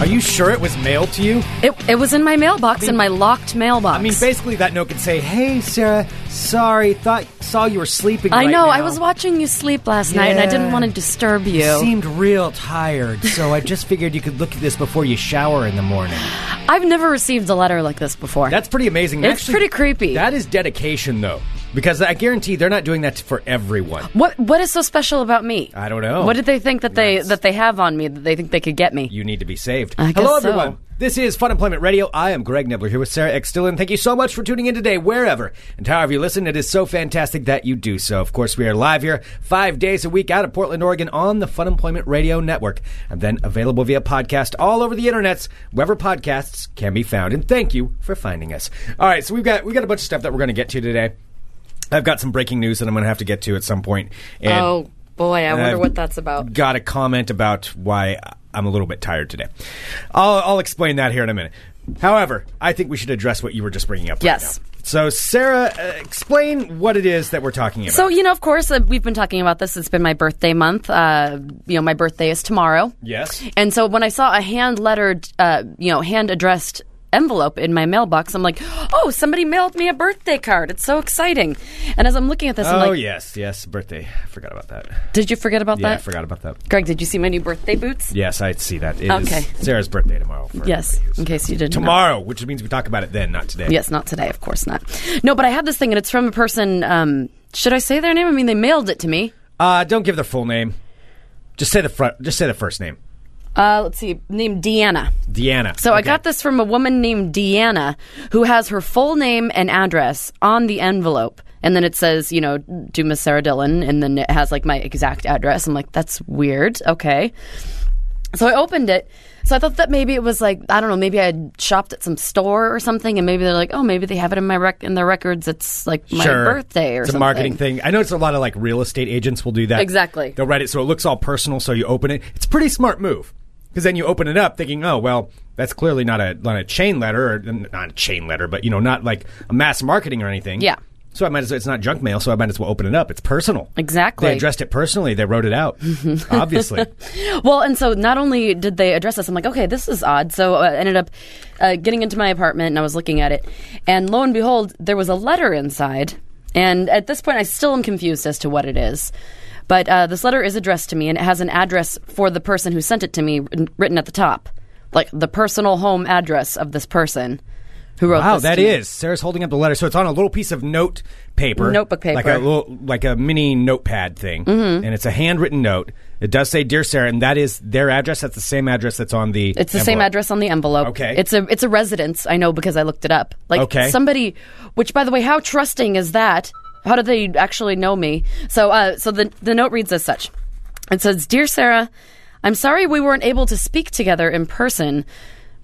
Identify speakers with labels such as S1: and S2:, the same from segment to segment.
S1: Are you sure it was mailed to you?
S2: It, it was in my mailbox, in my locked mailbox.
S1: I mean, basically, that note could say, "Hey, Sarah, sorry, thought saw you were sleeping."
S2: I
S1: right
S2: know. I
S1: now.
S2: was watching you sleep last night, and I didn't
S1: Yeah.
S2: want to disturb you.
S1: You seemed real tired, so I just figured you could look at this before you shower in the morning.
S2: I've never received a letter like this before.
S1: That's pretty amazing.
S2: It's pretty creepy.
S1: That is dedication, though, because I guarantee they're not doing that for everyone.
S2: what What is so special about me?
S1: I don't know.
S2: What did they think that they
S1: That's-
S2: that they have on me that they think they could get me?
S1: You need to be saved.
S2: I
S1: Hello,
S2: guess so.
S1: everyone. This is Fun Employment Radio. I am Greg Nibbler here with Sarah X. Dillon. Thank you so much for tuning in today, wherever and however you listen. It is so fantastic that you do so. Of course, we are live here five days a week out of Portland, Oregon on the Fun Employment Radio Network, and then available via podcast all over the internets, wherever podcasts can be found. And thank you for finding us. All right, so we've got we've got a bunch of stuff that we're going to get to today. I've got some breaking news that I'm going to have to get to at some point. And
S2: oh boy, I wonder
S1: I've
S2: what that's about.
S1: Got a comment about why I'm a little bit tired today. I'll, I'll explain that here in a minute. However, I think we should address what you were just bringing up. right
S2: Yes.
S1: now. So, Sarah, uh, explain what it is that we're talking about.
S2: So you know, of course, uh, we've been talking about this. It's been my birthday month. Uh, you know, my birthday is tomorrow.
S1: yes.
S2: And so when I saw a hand lettered, uh, you know, hand addressed envelope in my mailbox, I'm like, oh, somebody mailed me a birthday card. It's so exciting. And as I'm looking at this, I'm
S1: oh
S2: like,
S1: yes, yes. Birthday. I forgot about that.
S2: did you forget about
S1: Yeah, I
S2: that?
S1: forgot about that.
S2: Greg, did you see my new birthday boots?
S1: Yes, I see that. It is
S2: Okay.
S1: Sarah's birthday tomorrow. for
S2: Yes,
S1: everybody who's-
S2: in case you didn't. know.
S1: Tomorrow, which means we talk about it then, not today.
S2: Yes, not today, of course not. No, but I have this thing, and it's from a person. Um, should I say their name? I mean, they mailed it to me.
S1: Uh, don't give their full name. Just say the front. Just say the first name.
S2: Uh, let's see, named Deanna.
S1: Deanna.
S2: So I got this from a woman named Deanna who has her full name and address on the envelope. And then it says, you know, to Miss Sarah Dillon. And then it has like my exact address. I'm like, that's weird. Okay. So I opened it. So I thought that maybe it was like, I don't know, maybe I had shopped at some store or something. And maybe they're like, oh, maybe they have it in my rec- in their records. It's like my
S1: sure.
S2: birthday or
S1: it's
S2: something.
S1: a marketing thing. I know it's a lot of like real estate agents will do that.
S2: Exactly.
S1: They'll write it so it looks all personal. So you open it. It's a pretty smart move because then you open it up thinking, oh well, that's clearly not a not a chain letter or not a chain letter, but you know, not like a mass marketing or anything.
S2: Yeah.
S1: So I might as well, it's not junk mail, so I might as well open it up. It's personal.
S2: Exactly. Mm-hmm.
S1: They addressed it personally. They wrote it out. Obviously.
S2: Well, and so not only did they address this, I'm like, okay, this is odd. So I ended up uh, getting into my apartment and I was looking at it. And lo and behold, there was a letter inside. And at this point, I still am confused as to what it is. But uh, this letter is addressed to me and it has an address for the person who sent it to me written- written at the top. Like the personal home address of this person who wrote
S1: Wow,
S2: this.
S1: that
S2: to me.
S1: is. Sarah's holding up the letter, so it's on a little piece of note paper,
S2: Notebook
S1: like
S2: paper. Mm-hmm.
S1: a little, like a mini notepad thing, and it's a handwritten note. It does say, "Dear Sarah," and that is their address. That's the same address that's on the.
S2: It's the same
S1: envelope.
S2: address on the envelope.
S1: Okay.
S2: It's a it's a residence. I know because I looked it up. Like
S1: Okay.
S2: somebody, which by the way, how trusting is that? How do they actually know me? So uh, so the the note reads as such. It says, "Dear Sarah, I'm sorry we weren't able to speak together in person."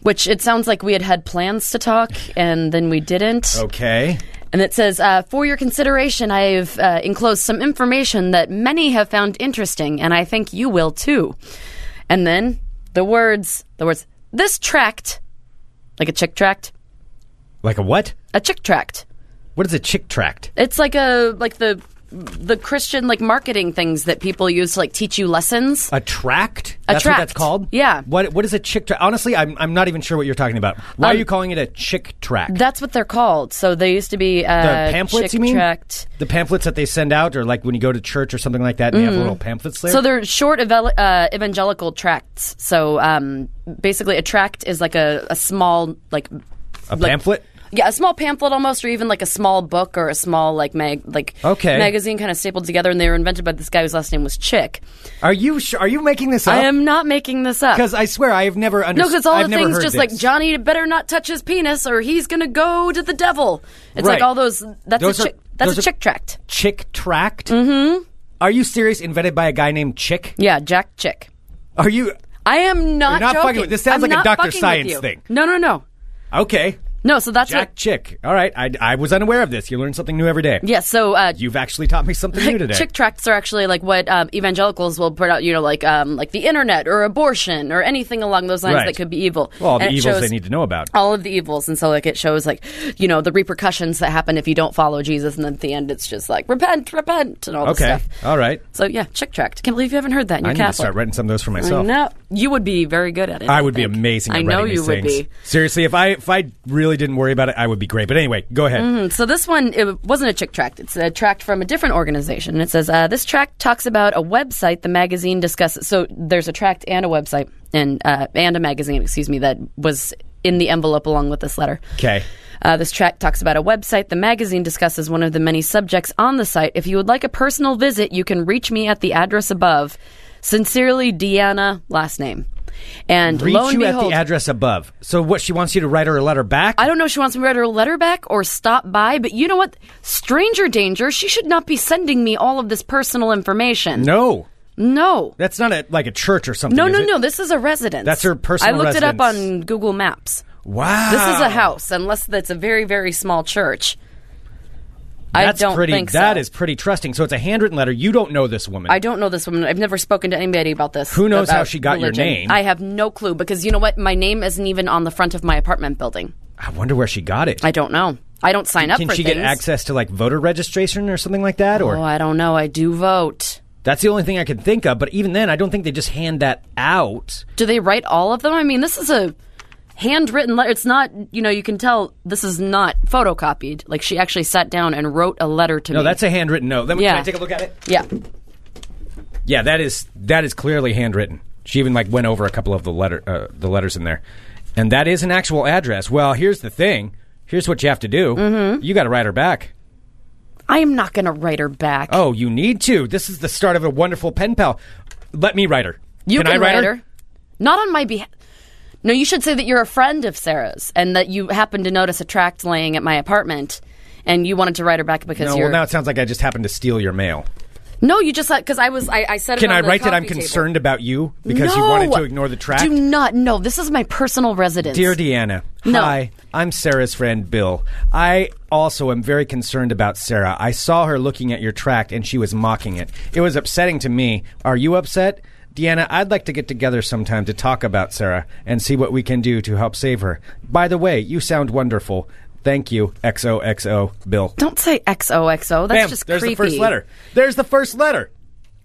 S2: Which it sounds like we had had plans to talk and then we didn't.
S1: Oh, Okay.
S2: And it says, uh, For your consideration, I've uh, enclosed some information that many have found interesting, and I think you will too. And then the words, the words, this tract, like a chick tract,
S1: Like a what?
S2: a chick tract.
S1: What is a chick tract?
S2: It's like a, like the, the Christian like marketing things that people use to like teach you lessons.
S1: A tract? That's what that's
S2: tract.
S1: called.
S2: Yeah.
S1: What What is a chick tract? Honestly, I'm I'm not even sure what you're talking about. Why are
S2: Um,
S1: you calling it a chick tract?
S2: That's what they're called. So they used to be uh,
S1: the pamphlets,
S2: chick
S1: you mean?
S2: tract.
S1: The pamphlets that they send out, or like when you go to church or something like that, and they have little pamphlets there.
S2: Mm-hmm. So they're short evel- uh, evangelical tracts. So um, basically, a tract is like a, a small like
S1: a pamphlet.
S2: yeah, a small pamphlet almost, or even like a small book or a small like mag like
S1: Okay.
S2: magazine kind of stapled together. And they were invented by this guy whose last name was Chick.
S1: Are you sh- Are you making this up?
S2: I am not making this up.
S1: Because I swear I have Oh. never
S2: no,
S1: understood.
S2: because all the things just like Johnny better not touch his penis or he's gonna go to the devil. It's
S1: Right.
S2: like all those. That's
S1: Those
S2: a
S1: are-
S2: chick. that's
S1: those
S2: a
S1: are-
S2: chick tract.
S1: Chick Tract. Mm-hmm. Are you serious? Invented by a guy named Chick?
S2: Yeah, Jack Chick.
S1: Are you
S2: I am not.
S1: not fucking
S2: joking.
S1: with- this sounds
S2: I'm
S1: like a
S2: not
S1: Dr.
S2: fucking with
S1: Science
S2: you.
S1: thing.
S2: No, no, no.
S1: okay?
S2: No, so that's
S1: Jack
S2: what.
S1: Chick. All right, I, I was unaware of this. You learn something new every day.
S2: Yeah, so uh,
S1: You've actually taught me something new today.
S2: Chick tracts are actually like what um, evangelicals will put out, you know, like um, like the internet or abortion or anything along those lines
S1: Right.
S2: that could be evil.
S1: well, all the
S2: And it
S1: evils
S2: shows
S1: they need to know about.
S2: All of the evils, and so like it shows like you know the repercussions that happen if you don't follow Jesus, and then at the end it's just like repent, repent, and all this
S1: okay,
S2: stuff.
S1: all right.
S2: So yeah, chick tract. Can't believe you haven't heard that. In
S1: I
S2: your
S1: need to
S2: Catholic.
S1: start writing some of those for myself.
S2: I know you would be very good at it.
S1: I would be
S2: think.
S1: amazing. At
S2: I know
S1: writing
S2: you
S1: these
S2: would
S1: things.
S2: be.
S1: Seriously, if I if I really didn't worry about it, I would be great. But anyway, go ahead.
S2: So this one it wasn't a chick tract. It's a tract from a different organization. And It says uh, this tract talks about a website the magazine discusses. So there's a tract and a website and uh, and a magazine, excuse me, that was in the envelope along with this letter.
S1: Okay.
S2: Uh, this tract talks about a website. The magazine discusses one of the many subjects on the site. If you would like a personal visit, you can reach me at the address above. Sincerely, Deanna, last name. And
S1: Reach
S2: lo and
S1: you
S2: behold,
S1: at the address above. So what she wants you to write her a letter back?
S2: I don't know if she wants me to write her a letter back or stop by, but you know what? Stranger danger. She should not be sending me all of this personal information.
S1: no.
S2: No.
S1: That's not a, like a church or something.
S2: No,
S1: is
S2: no,
S1: it?
S2: no. This is a residence.
S1: That's her personal
S2: I looked it up
S1: residence.
S2: on Google Maps.
S1: Wow.
S2: This is a house, unless that's a very, very small church.
S1: That's
S2: I don't
S1: pretty,
S2: think
S1: That
S2: so.
S1: is pretty trusting. So it's a handwritten letter. You don't know this woman.
S2: I don't know this woman. I've never spoken to anybody about this.
S1: Who knows how
S2: about
S1: she got your
S2: religion.
S1: name?
S2: I have no clue because you know what? My name isn't even on the front of my apartment building.
S1: I wonder where she got it.
S2: I don't know. I don't sign up
S1: Can
S2: for
S1: she
S2: things.
S1: get access to like voter registration or something like that? Or
S2: Oh, I don't know. I do vote.
S1: that's the only thing I can think of. But even then, I don't think they just hand that out.
S2: Do they write all of them? I mean, this is a handwritten letter. It's not, you know, you can tell this is not photocopied. Like she actually sat down and wrote a letter to me.
S1: No, that's a handwritten note. Let me can
S2: Yeah.
S1: I take a look at it.
S2: yeah.
S1: Yeah, that is that is clearly handwritten. She even like went over a couple of the letter uh, the letters in there, and that is an actual address. Well, here's the thing. Here's what you have to do. Mm-hmm. You got to write her back.
S2: I am not going to write her back.
S1: Oh, you need to. This is the start of a wonderful pen pal. Let me write her.
S2: you
S1: I write her?
S2: Not on my behalf. No, you should say that you're a friend of Sarah's and that you happened to notice a tract laying at my apartment and you wanted to write her back because
S1: No,
S2: you're
S1: well, now it sounds like I just happened to steal your mail.
S2: No, you just because I was I, I said it
S1: Can
S2: on
S1: I
S2: the
S1: write that I'm
S2: coffee table.
S1: concerned about you because you
S2: No!
S1: wanted to ignore the track?
S2: Do not. No, this is my personal residence.
S1: Dear Deanna,
S2: No.
S1: hi. I'm Sarah's friend Bill. I also am very concerned about Sarah. I saw her looking at your tract and she was mocking it. It was upsetting to me. Are you upset? Deanna, I'd like to get together sometime to talk about Sarah and see what we can do to help save her. By the way, you sound wonderful. Thank you, XOXO Bill.
S2: Don't say XOXO. That's
S1: Bam,
S2: just
S1: there's
S2: creepy.
S1: the first letter. There's the first letter.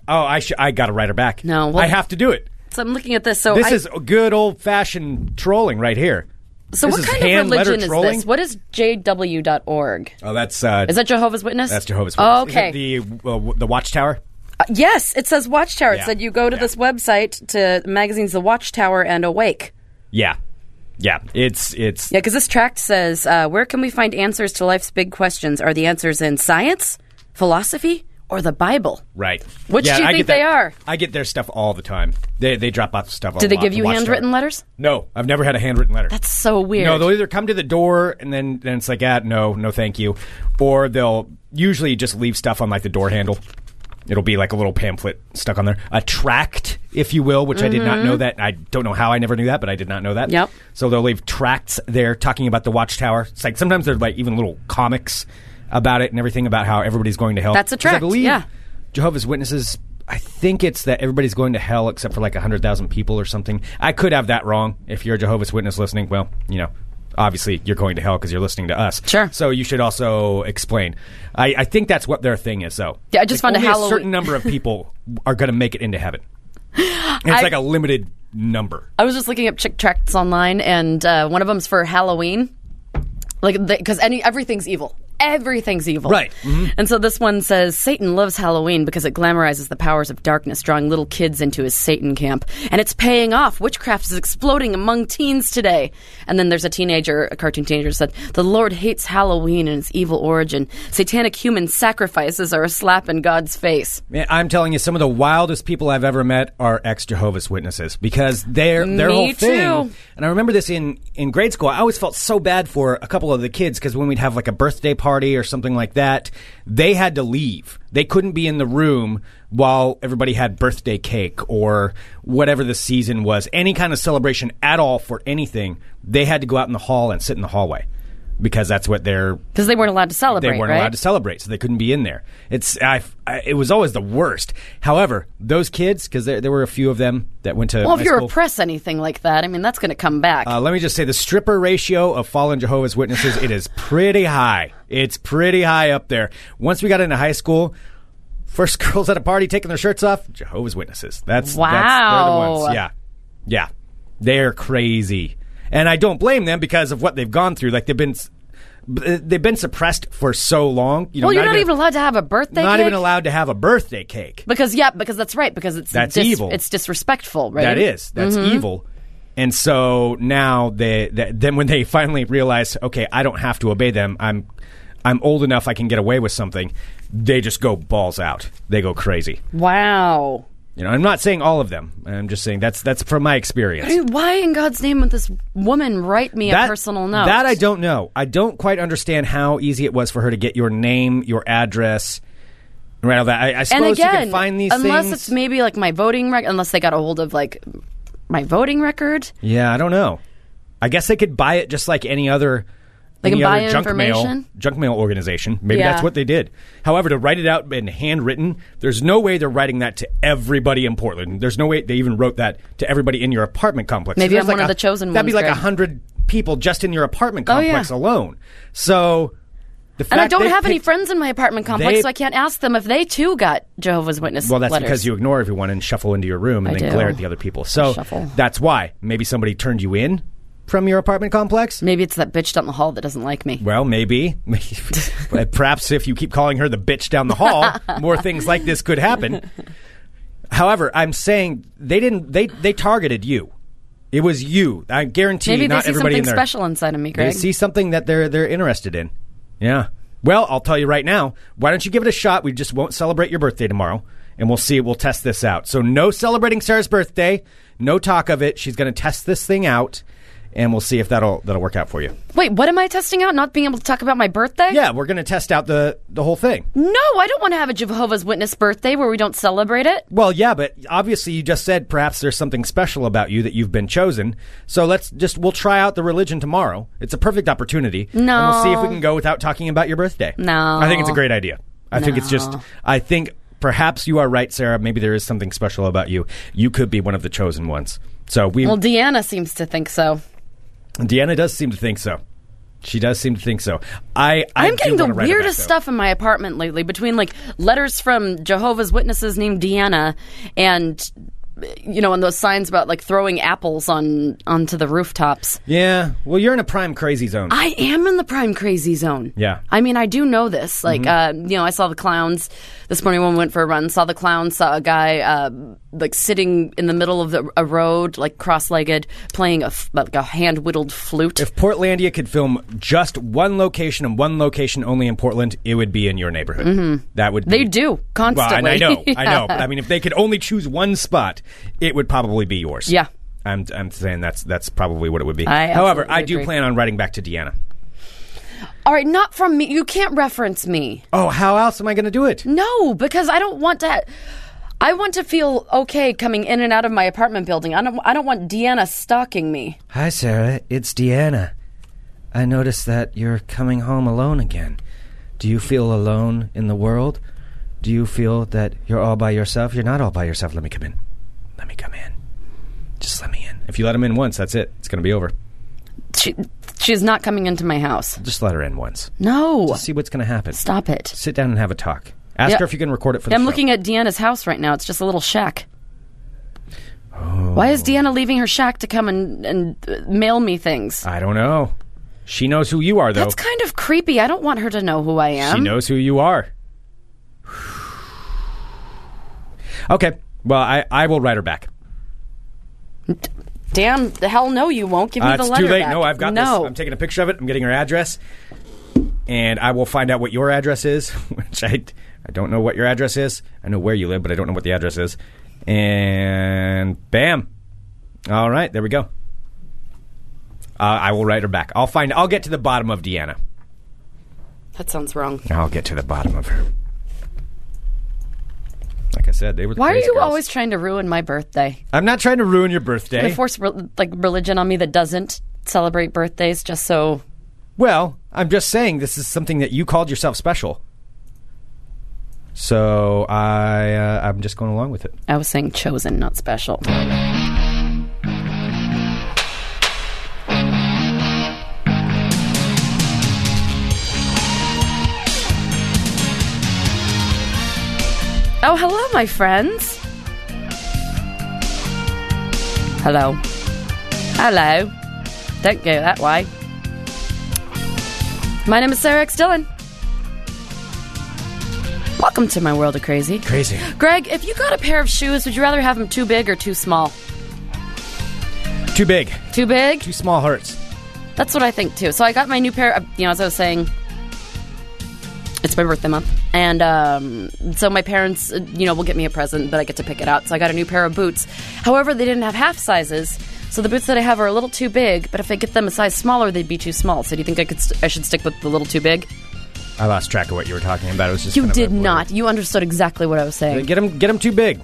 S1: Oh, I sh- I got to write her back.
S2: No, well-
S1: I have to do it.
S2: So I'm looking at this. So
S1: This
S2: I,
S1: is good old fashioned trolling right here.
S2: so
S1: this
S2: what
S1: is
S2: kind
S1: hand
S2: of religion
S1: letter
S2: is
S1: trolling?
S2: this? What is JW.org?
S1: Oh, that's uh,
S2: Is that Jehovah's Witness?
S1: that's Jehovah's
S2: Oh,
S1: Witness.
S2: okay.
S1: Is it the uh, w- the Watchtower.
S2: Uh, yes, it says Watchtower.
S1: Yeah.
S2: It said you go to
S1: Yeah.
S2: this website to the magazines The Watchtower and Awake.
S1: Yeah, yeah. It's it's
S2: Yeah, because this tract says, uh, "Where can we find answers to life's big questions? Are the answers in science, philosophy, or the Bible?"
S1: right.
S2: Which
S1: Yeah,
S2: do you
S1: I get
S2: think
S1: that-
S2: they are?
S1: I get their stuff all the time. They they drop off stuff.
S2: Do they give you handwritten letters?
S1: No, I've never had a handwritten letter.
S2: That's so weird.
S1: No, they'll either come to the door and then then it's like, ah, no, no, thank you, or they'll usually just leave stuff on like the door handle. It'll be like a little pamphlet stuck on there, a tract, if you will, which I did not know that. I don't know how I never knew that, but I did not know that.
S2: Mm-hmm. Yep.
S1: So they'll leave tracts there talking about the watchtower. It's like sometimes they're like even little comics about it and everything about how everybody's going to hell.
S2: That's a
S1: 'Cause I
S2: tract,
S1: believe
S2: yeah.
S1: Jehovah's Witnesses. I think it's that everybody's going to hell except for like 100,000 people or something. I could have that wrong. If you're a Jehovah's Witness listening, well, you know, obviously you're going to hell because you're listening to us.
S2: Sure.
S1: So you should also explain. I, I think that's what their thing is, though.
S2: Yeah, I just
S1: Like,
S2: found a
S1: only
S2: Halloween-
S1: certain number of people are going to make it into heaven. And it's
S2: I-
S1: like a limited number.
S2: I was just looking up chick tracts online, and uh, one of them's for Halloween, like because any everything's evil. Everything's evil,
S1: Right. Mm-hmm.
S2: And so this one says Satan loves Halloween because it glamorizes the powers of darkness, drawing little kids into his Satan camp, and it's paying off. Witchcraft is exploding among teens today. And then there's a teenager, a cartoon teenager, said the Lord hates Halloween and its evil origin. Satanic human sacrifices are a slap in God's face.
S1: Man, I'm telling you, some of the wildest people I've ever met are ex Jehovah's Witnesses because their their
S2: Me
S1: whole thing.
S2: too.
S1: And I remember this in in grade school. I always felt so bad for a couple of the kids because when we'd have like a birthday party or something like that, they had to leave. They couldn't be in the room while everybody had birthday cake or whatever the season was, any kind of celebration at all for anything. They had to go out in the hall and sit in the hallway. because that's what they're
S2: because they weren't allowed to celebrate.
S1: they weren't
S2: right?
S1: allowed to celebrate, so they couldn't be in there. It's I, I, it was always the worst. However, those kids, because there, there were a few of them that went to
S2: Well, if
S1: my
S2: you
S1: school.
S2: repress anything like that, I mean, that's going to come back.
S1: Uh, let me just say the stripper ratio of fallen Jehovah's Witnesses, it is pretty high. It's pretty high up there. Once we got into high school, first girls at a party taking their shirts off, Jehovah's Witnesses. That's That's, they're the
S2: Wow.
S1: ones. Yeah, yeah, they're crazy, and I don't blame them because of what they've gone through. Like they've been. s- b- They've been suppressed for so long. You know,
S2: well, you're not even,
S1: allowed.
S2: allowed to have a birthday.
S1: not
S2: cake?
S1: even allowed to have a birthday cake.
S2: Because yeah, because that's right. Because it's
S1: That's
S2: dis-
S1: evil.
S2: It's disrespectful, right? Mm-hmm.
S1: That is, that's evil. And so now they, that, then when they finally realize, okay, I don't have to obey them. I'm, I'm old enough. I can get away with something. They just go balls out. They go crazy.
S2: Wow.
S1: You know, I'm not saying all of them. I'm just saying that's that's from my experience.
S2: Dude, Why in God's name would this woman write me a personal note?
S1: That I don't know. I don't quite understand how easy it was for her to get your name, your address, and all that. I, I
S2: And
S1: suppose
S2: again,
S1: you can find these
S2: unless
S1: things.
S2: it's maybe like my voting record, unless they got a hold of like my voting record,
S1: Yeah, I don't know. I guess they could buy it just like any other,
S2: They can
S1: any
S2: buy
S1: other junk mail
S2: information?
S1: junk mail organization. Maybe that's
S2: Yeah.
S1: what they did. However, to write it out in handwritten, there's no way they're writing that to everybody in Portland. There's no way they even wrote that to everybody in your apartment complex.
S2: Maybe
S1: There's
S2: I'm
S1: like
S2: one of
S1: a-
S2: the chosen
S1: That'd be
S2: ones,
S1: like a
S2: Greg.
S1: hundred people just in your apartment
S2: Oh, yeah.
S1: complex alone. So, the
S2: and I
S1: fact
S2: don't
S1: they
S2: have any
S1: picked-
S2: friends in my apartment complex,
S1: they-
S2: so I can't ask them if they too got Jehovah's Witness.
S1: Well, that's
S2: letters.
S1: because you ignore everyone and shuffle into your room and
S2: I
S1: then
S2: do.
S1: glare at the other people. So
S2: shuffle.
S1: that's why maybe somebody turned you in from your apartment complex.
S2: Maybe it's that bitch down the hall that doesn't like me.
S1: Well, maybe. But Perhaps if you keep calling her the bitch down the hall, more things like this could happen. However, I'm saying they didn't. They they targeted you. It was you. I guarantee.
S2: Maybe
S1: not
S2: they see
S1: everybody
S2: something
S1: in there.
S2: special inside of me,
S1: They
S2: Greg.
S1: see something that they're they're interested in. Yeah. Well, I'll tell you right now. Why don't you give it a shot? We just won't celebrate your birthday tomorrow, and we'll see. We'll test this out. So no celebrating Sarah's birthday. No talk of it. She's going to test this thing out, and we'll see if that'll that'll work out for you.
S2: Wait, what am I testing out? Not being able to talk about my birthday?
S1: Yeah, we're going to test out the the whole thing.
S2: No, I don't want to have a Jehovah's Witness birthday where we don't celebrate it.
S1: Well, yeah, but obviously you just said perhaps there's something special about you that you've been chosen. So let's just we'll try out the religion tomorrow. It's a perfect opportunity. No, and we'll see if we can go without talking about your birthday.
S2: No.
S1: I think it's a great idea. I think it's just. I think perhaps you are right, Sarah. Maybe there is something special about you. You could be one of the chosen ones. So we,
S2: Well, Deanna seems to think so.
S1: Deanna does seem to think so. She does seem to think so. I, I
S2: I'm
S1: do
S2: getting the
S1: wanna write her back,
S2: weirdest
S1: though.
S2: stuff in my apartment lately between like letters from Jehovah's Witnesses named Deanna and you know, and those signs about like throwing apples on onto the rooftops.
S1: Yeah. Well, you're in a prime crazy zone.
S2: I am in the prime crazy zone.
S1: Yeah. Mm-hmm.
S2: I mean, I do know this. Like, uh, you know, I saw the clowns this morning when we went for a run. Saw the clowns. Saw a guy uh, like sitting in the middle of the, a road, like cross-legged, playing a f- like a hand whittled flute.
S1: If Portlandia could film just one location and one location only in Portland, it would be in your neighborhood. That would be,
S2: Mm-hmm. they do
S1: Well,
S2: constantly.
S1: and I know, I know. I mean, if they could only choose one spot, it would probably be yours.
S2: Yeah.
S1: I'm, I'm saying that's that's probably what it would be.
S2: I
S1: However,
S2: absolutely
S1: I do
S2: agree.
S1: plan on writing back to Deanna.
S2: All right, not from me. You can't reference me.
S1: Oh, how else am I going to do it?
S2: No, because I don't want to. I want to feel okay coming in and out of my apartment building. I don't. I don't want Deanna stalking me.
S1: Hi, Sarah. It's Deanna. I noticed that you're coming home alone again. Do you feel alone in the world? Do you feel that you're all by yourself? You're not all by yourself. Let me come in. Let me come in. Just let me in. If you let him in once, that's it. It's going to be over.
S2: She, she's not coming into my house.
S1: Just let her in once.
S2: No.
S1: See what's going to happen.
S2: Stop it.
S1: Sit down and have a talk. Ask
S2: Yeah.
S1: her if you can record it for the
S2: I'm
S1: show.
S2: looking at Deanna's house right now. It's just a little shack. Why
S1: Oh.
S2: is Deanna leaving her shack to come and, and uh, mail me things?
S1: I don't know. She knows who you are, though.
S2: That's kind of creepy. I don't want her to know who I am.
S1: She knows who you are. okay. Well, I, I will write her back.
S2: Damn, the hell no, you won't. Give me
S1: Uh,
S2: the
S1: it's
S2: letter.
S1: too late.
S2: back.
S1: No, I've got
S2: no.
S1: this. I'm taking a picture of it. I'm getting her address, and I will find out what your address is. Which I I don't know what your address is. I know where you live, but I don't know what the address is. And bam! All right, there we go. Uh, I will write her back. I'll find. I'll get to the bottom of Deanna.
S2: that sounds wrong.
S1: I'll get to the bottom of her. Like I said, they were. the
S2: Why are
S1: crazy
S2: you
S1: girls.
S2: always trying to ruin my birthday?
S1: I'm not trying to ruin your birthday.
S2: They force re- like religion on me that doesn't celebrate birthdays just so
S1: Well, I'm just saying this is something that you called yourself special. So I uh, I'm just going along with it.
S2: I was saying chosen, not special. Oh, Oh, hello, my friends. Hello. Hello. Don't go that way. My name is Sarah X. Dillon. Welcome to my world of crazy.
S1: Crazy.
S2: Greg, if you got a pair of shoes, would you rather have them too big or too small?
S1: Too big.
S2: Too big?
S1: Too small hurts.
S2: That's what I think too. So I got my new pair. Of, you know, as I was saying, it's my birthday month, and um, so my parents, uh, you know, will get me a present, but I get to pick it out. So I got a new pair of boots. However, they didn't have half sizes, so the boots that I have are a little too big. But if I get them a size smaller, they'd be too small. So do you think I could? St- I should stick with the little too big?
S1: I lost track of what you were talking about. It was just
S2: You
S1: kind of a
S2: did
S1: blur.
S2: not. You understood exactly what I was saying.
S1: Get them get them too big.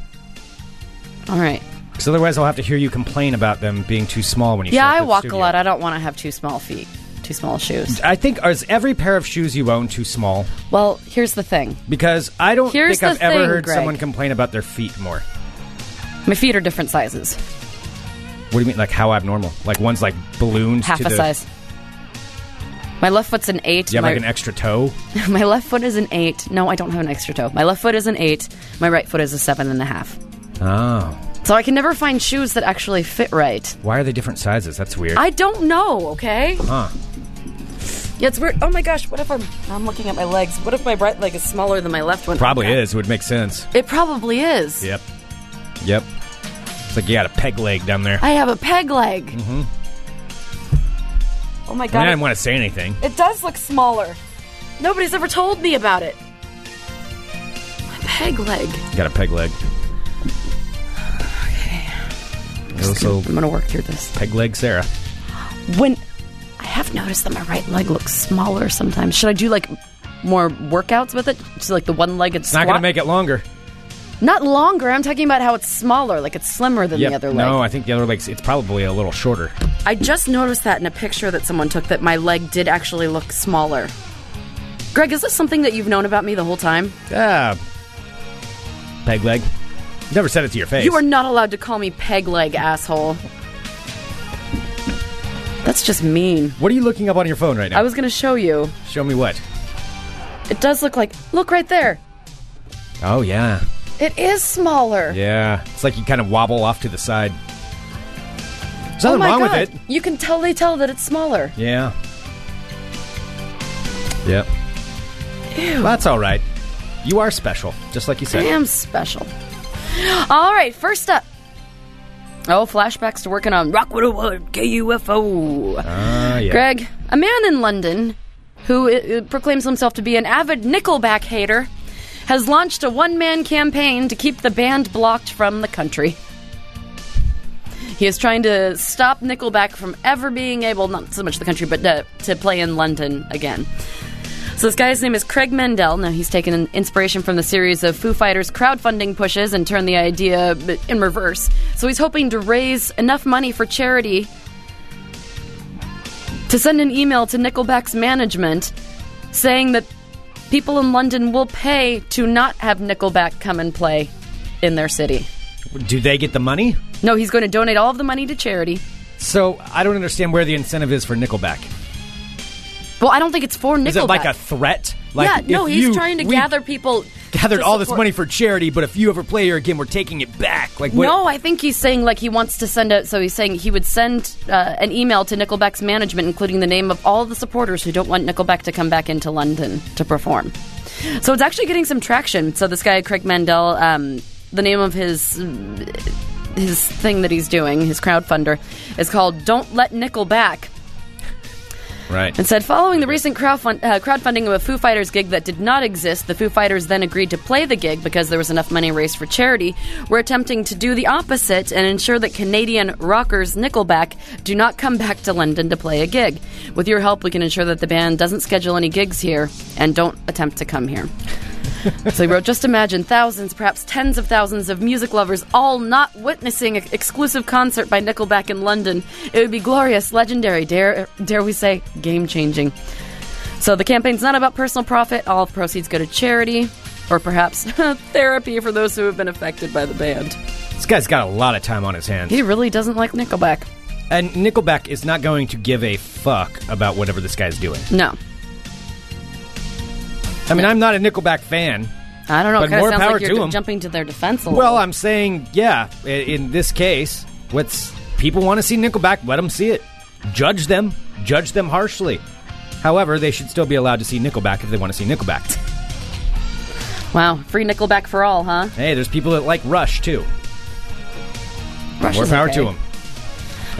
S2: All right.
S1: Because otherwise, I'll have to hear you complain about them being too small when you.
S2: Yeah,
S1: show up
S2: I
S1: to the
S2: walk a
S1: studio.
S2: lot. I don't want to have too small feet, too small shoes.
S1: I think is every pair of shoes you own too small?
S2: Well, here's the thing.
S1: Because I don't
S2: Here's
S1: think I've
S2: the
S1: ever
S2: thing,
S1: heard
S2: Greg.
S1: someone complain about their feet more.
S2: My feet are different sizes.
S1: What do you mean, like how abnormal? Like one's like ballooned
S2: half
S1: to
S2: a
S1: the,
S2: size. My left foot's an eight.
S1: Do you have
S2: my,
S1: like an extra toe?
S2: my left foot is an eight. No, I don't have an extra toe. My left foot is an eight. My right foot is a seven and a half.
S1: Oh,
S2: So I can never find shoes that actually fit right.
S1: why are they different sizes? That's weird.
S2: I don't know. Okay.
S1: huh?
S2: Yeah, it's weird. Oh my gosh. What if I'm? I'm looking at my legs. What if my right leg is smaller than my left one?
S1: Probably is. Would make sense.
S2: It probably is.
S1: Yep. Yep. It's like you got a peg leg down there.
S2: I have a peg leg. Mm-hmm. Oh my
S1: I, mean, I
S2: god.
S1: didn't want to say anything.
S2: It does look smaller. Nobody's ever told me about it. My peg leg.
S1: Got a peg leg. Okay. Also,
S2: I'm gonna work through this.
S1: peg leg Sarah.
S2: When I have noticed that my right leg looks smaller sometimes. Should I do like more workouts with it? Just like the one legged
S1: It's not
S2: squat.
S1: going to make it longer.
S2: Not longer. I'm talking about how it's smaller, like it's slimmer than
S1: Yep.
S2: the other leg.
S1: No, I think the other leg's it's probably a little shorter.
S2: I just noticed that in a picture that someone took that my leg did actually look smaller. Greg, is this something that you've known about me the whole time?
S1: Ah, peg leg. You never said it to your face.
S2: You are not allowed to call me peg leg, asshole. That's just mean.
S1: What are you looking up on your phone right now?
S2: I was gonna show you.
S1: Show me what.
S2: It does look like. Look right there.
S1: Oh yeah,
S2: It is smaller.
S1: yeah. It's like you kind of wobble off to the side. There's
S2: Oh
S1: nothing
S2: my
S1: wrong
S2: God.
S1: with it.
S2: You can totally tell that it's smaller.
S1: Yeah. Yep. Well, that's all right. You are special, just like you
S2: I
S1: said.
S2: am special. All right, first up. Oh, flashbacks to working on oh Rockwood Award KUFO.
S1: Ah, yeah.
S2: Greg, a man in London who uh, proclaims himself to be an avid Nickelback hater has launched a one man campaign to keep the band blocked from the country. He is trying to stop Nickelback from ever being able, not so much the country, but uh, to play in London again. So this guy's name is Craig Mendel. Now he's taken an inspiration from the series of Foo Fighters crowdfunding pushes and turned the idea in reverse. So he's hoping to raise enough money for charity to send an email to Nickelback's management saying that people in London will pay to not have Nickelback come and play in their city.
S1: Do they get the money?
S2: No, he's going to donate all of the money to charity.
S1: So I don't understand where the incentive is for Nickelback.
S2: Well, I don't think it's for Nickelback.
S1: Is it like a threat? Like
S2: yeah, no,
S1: if
S2: he's
S1: you-
S2: trying to
S1: we
S2: gather people.
S1: gathered
S2: to
S1: all this
S2: support-
S1: money for charity, but if you ever play here again, we're taking it back. Like what?
S2: No, I think he's saying like he wants to send out. So he's saying he would send uh, an email to Nickelback's management, including the name of all the supporters who don't want Nickelback to come back into London to perform. So it's actually getting some traction. So this guy Craig Mandel, um, the name of his his thing that he's doing, his crowdfunder, is called "Don't Let Nickelback."
S1: Right.
S2: and said, following the recent crowdfund- uh, crowdfunding of a Foo Fighters gig that did not exist, the Foo Fighters then agreed to play the gig because there was enough money raised for charity. We're attempting to do the opposite and ensure that Canadian rockers Nickelback do not come back to London to play a gig. With your help, we can ensure that the band doesn't schedule any gigs here and don't attempt to come here. So he wrote, just imagine thousands, perhaps tens of thousands of music lovers all not witnessing an exclusive concert by Nickelback in London. It would be glorious, legendary, dare, dare we say, game changing. So the campaign's not about personal profit. All proceeds go to charity or perhaps therapy for those who have been affected by the band.
S1: This guy's got a lot of time on his hands.
S2: He really doesn't like Nickelback.
S1: And Nickelback is not going to give a fuck about whatever this guy's doing.
S2: No.
S1: I mean, I'm not a Nickelback fan.
S2: I don't know.
S1: But
S2: It kind
S1: more
S2: of sounds
S1: power
S2: like you're
S1: to
S2: d-
S1: him.
S2: jumping to their defense a little.
S1: Well, I'm saying, yeah, i- in this case, what's people want to see Nickelback, let them see it. Judge them, judge them harshly. However, they should still be allowed to see Nickelback if they want to see Nickelback.
S2: wow, free Nickelback for all, huh?
S1: Hey, there's people that like Rush too.
S2: Rush
S1: More
S2: is
S1: power
S2: okay.
S1: to them.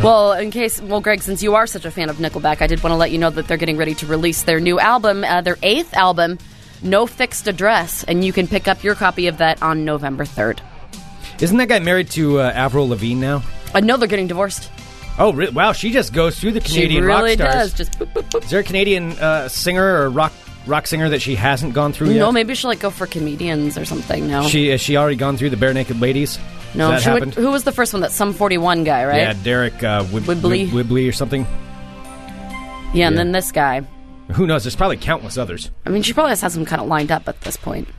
S2: Well, in case, well, Greg, since you are such a fan of Nickelback, I did want to let you know that they're getting ready to release their new album, uh, their eighth album, No Fixed Address, and you can pick up your copy of that on November third.
S1: Isn't that guy married to uh, Avril Lavigne now?
S2: I know they're getting divorced.
S1: Oh, re- wow, she just goes through the Canadian
S2: she really
S1: rock stars.
S2: does. Just boop, boop, boop.
S1: Is there a Canadian uh, singer or rock rock singer that she hasn't gone through yet?
S2: no, maybe she'll like go for comedians or something. No,
S1: She has she already gone through the bare naked ladies?
S2: no.
S1: Has
S2: she
S1: that
S2: would-
S1: happened?
S2: who was the first one? That some forty-one guy, right?
S1: Yeah, Derek uh, Wib-
S2: Wibley.
S1: Wib- Wibley or something.
S2: Yeah, and then this guy.
S1: Who knows? There's probably countless others.
S2: I mean, she probably has them kind of lined up at this point.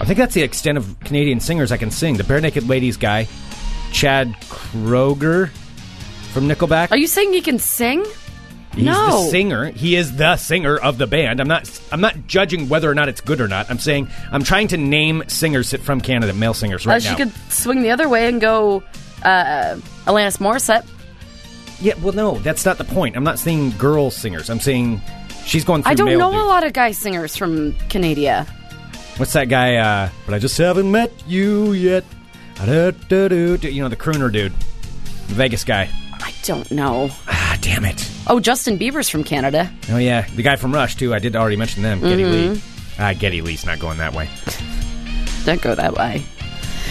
S1: I think that's the extent of Canadian singers I can sing. The bare naked ladies guy, Chad Kroger from Nickelback.
S2: Are you saying he can sing?
S1: He's
S2: No.
S1: the singer. He is the singer of the band. I'm not. I'm not judging whether or not it's good or not. I'm saying I'm trying to name singers that- from Canada, male singers,
S2: Uh,
S1: right
S2: she
S1: now.
S2: could swing the other way and go uh, Alanis Morissette.
S1: yeah. Well, no, that's not the point. I'm not saying girl singers. I'm saying she's going through.
S2: I don't
S1: male
S2: know
S1: dudes.
S2: a lot of guy singers from Canada.
S1: What's that guy? Uh, but I just haven't met you yet. Da-da-da-da-da. You know the crooner dude, the Vegas guy.
S2: I don't know.
S1: Ah, damn it.
S2: Oh, Justin Bieber's from Canada.
S1: Oh yeah, the guy from Rush too. I did already mention them. Getty
S2: Mm-hmm.
S1: Lee. Ah, Getty Lee's not going that way.
S2: Don't go that way.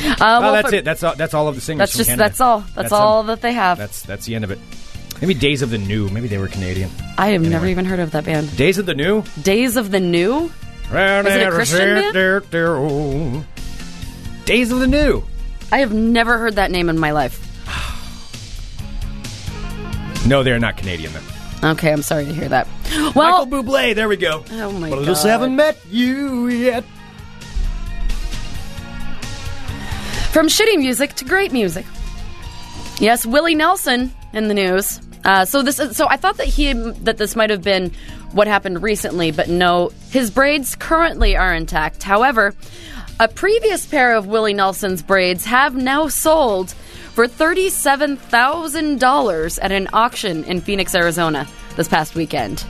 S2: Uh,
S1: Oh,
S2: well,
S1: that's
S2: for-
S1: it. That's all. That's all of the singers.
S2: That's
S1: from
S2: just
S1: Canada.
S2: that's all. That's,
S1: them.
S2: all that they have.
S1: That's that's the end of it. Maybe Days of the New. Maybe they were Canadian.
S2: I have never even heard of that band.
S1: Days of the New.
S2: Days of the New.
S1: it
S2: a Christian
S1: Days of the New.
S2: I have never heard that name in my life.
S1: No, they're not Canadian though.
S2: Okay, I'm sorry to hear that. Well,
S1: Michael Bublé. There we go.
S2: Oh, my
S1: but I just
S2: God.
S1: haven't met you yet.
S2: From shitty music to great music. Yes, Willie Nelson in the news. Uh, so this, is, so I thought that he that this might have been what happened recently, but no, his braids currently are intact. However, a previous pair of Willie Nelson's braids have now sold for thirty-seven thousand dollars at an auction in Phoenix, Arizona, this past weekend.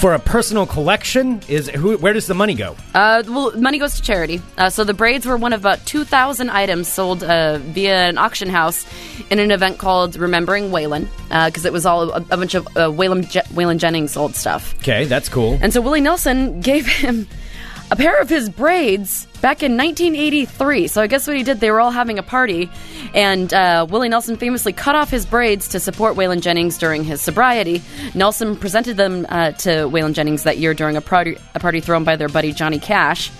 S1: For a personal collection, is who? Where does the money go?
S2: Uh, well, money goes to charity. Uh, so the braids were one of about 2,000 items sold uh, via an auction house in an event called Remembering Waylon, because it was all a, a bunch of uh, Waylon, Je- Waylon Jennings old stuff.
S1: Okay, that's cool.
S2: And so Willie Nelson gave him a pair of his braids back in 1983. So I guess what he did, they were all having a party, and uh, Willie Nelson famously cut off his braids to support Waylon Jennings during his sobriety. Nelson presented them uh, to Waylon Jennings that year during a party, a party thrown by their buddy Johnny Cash.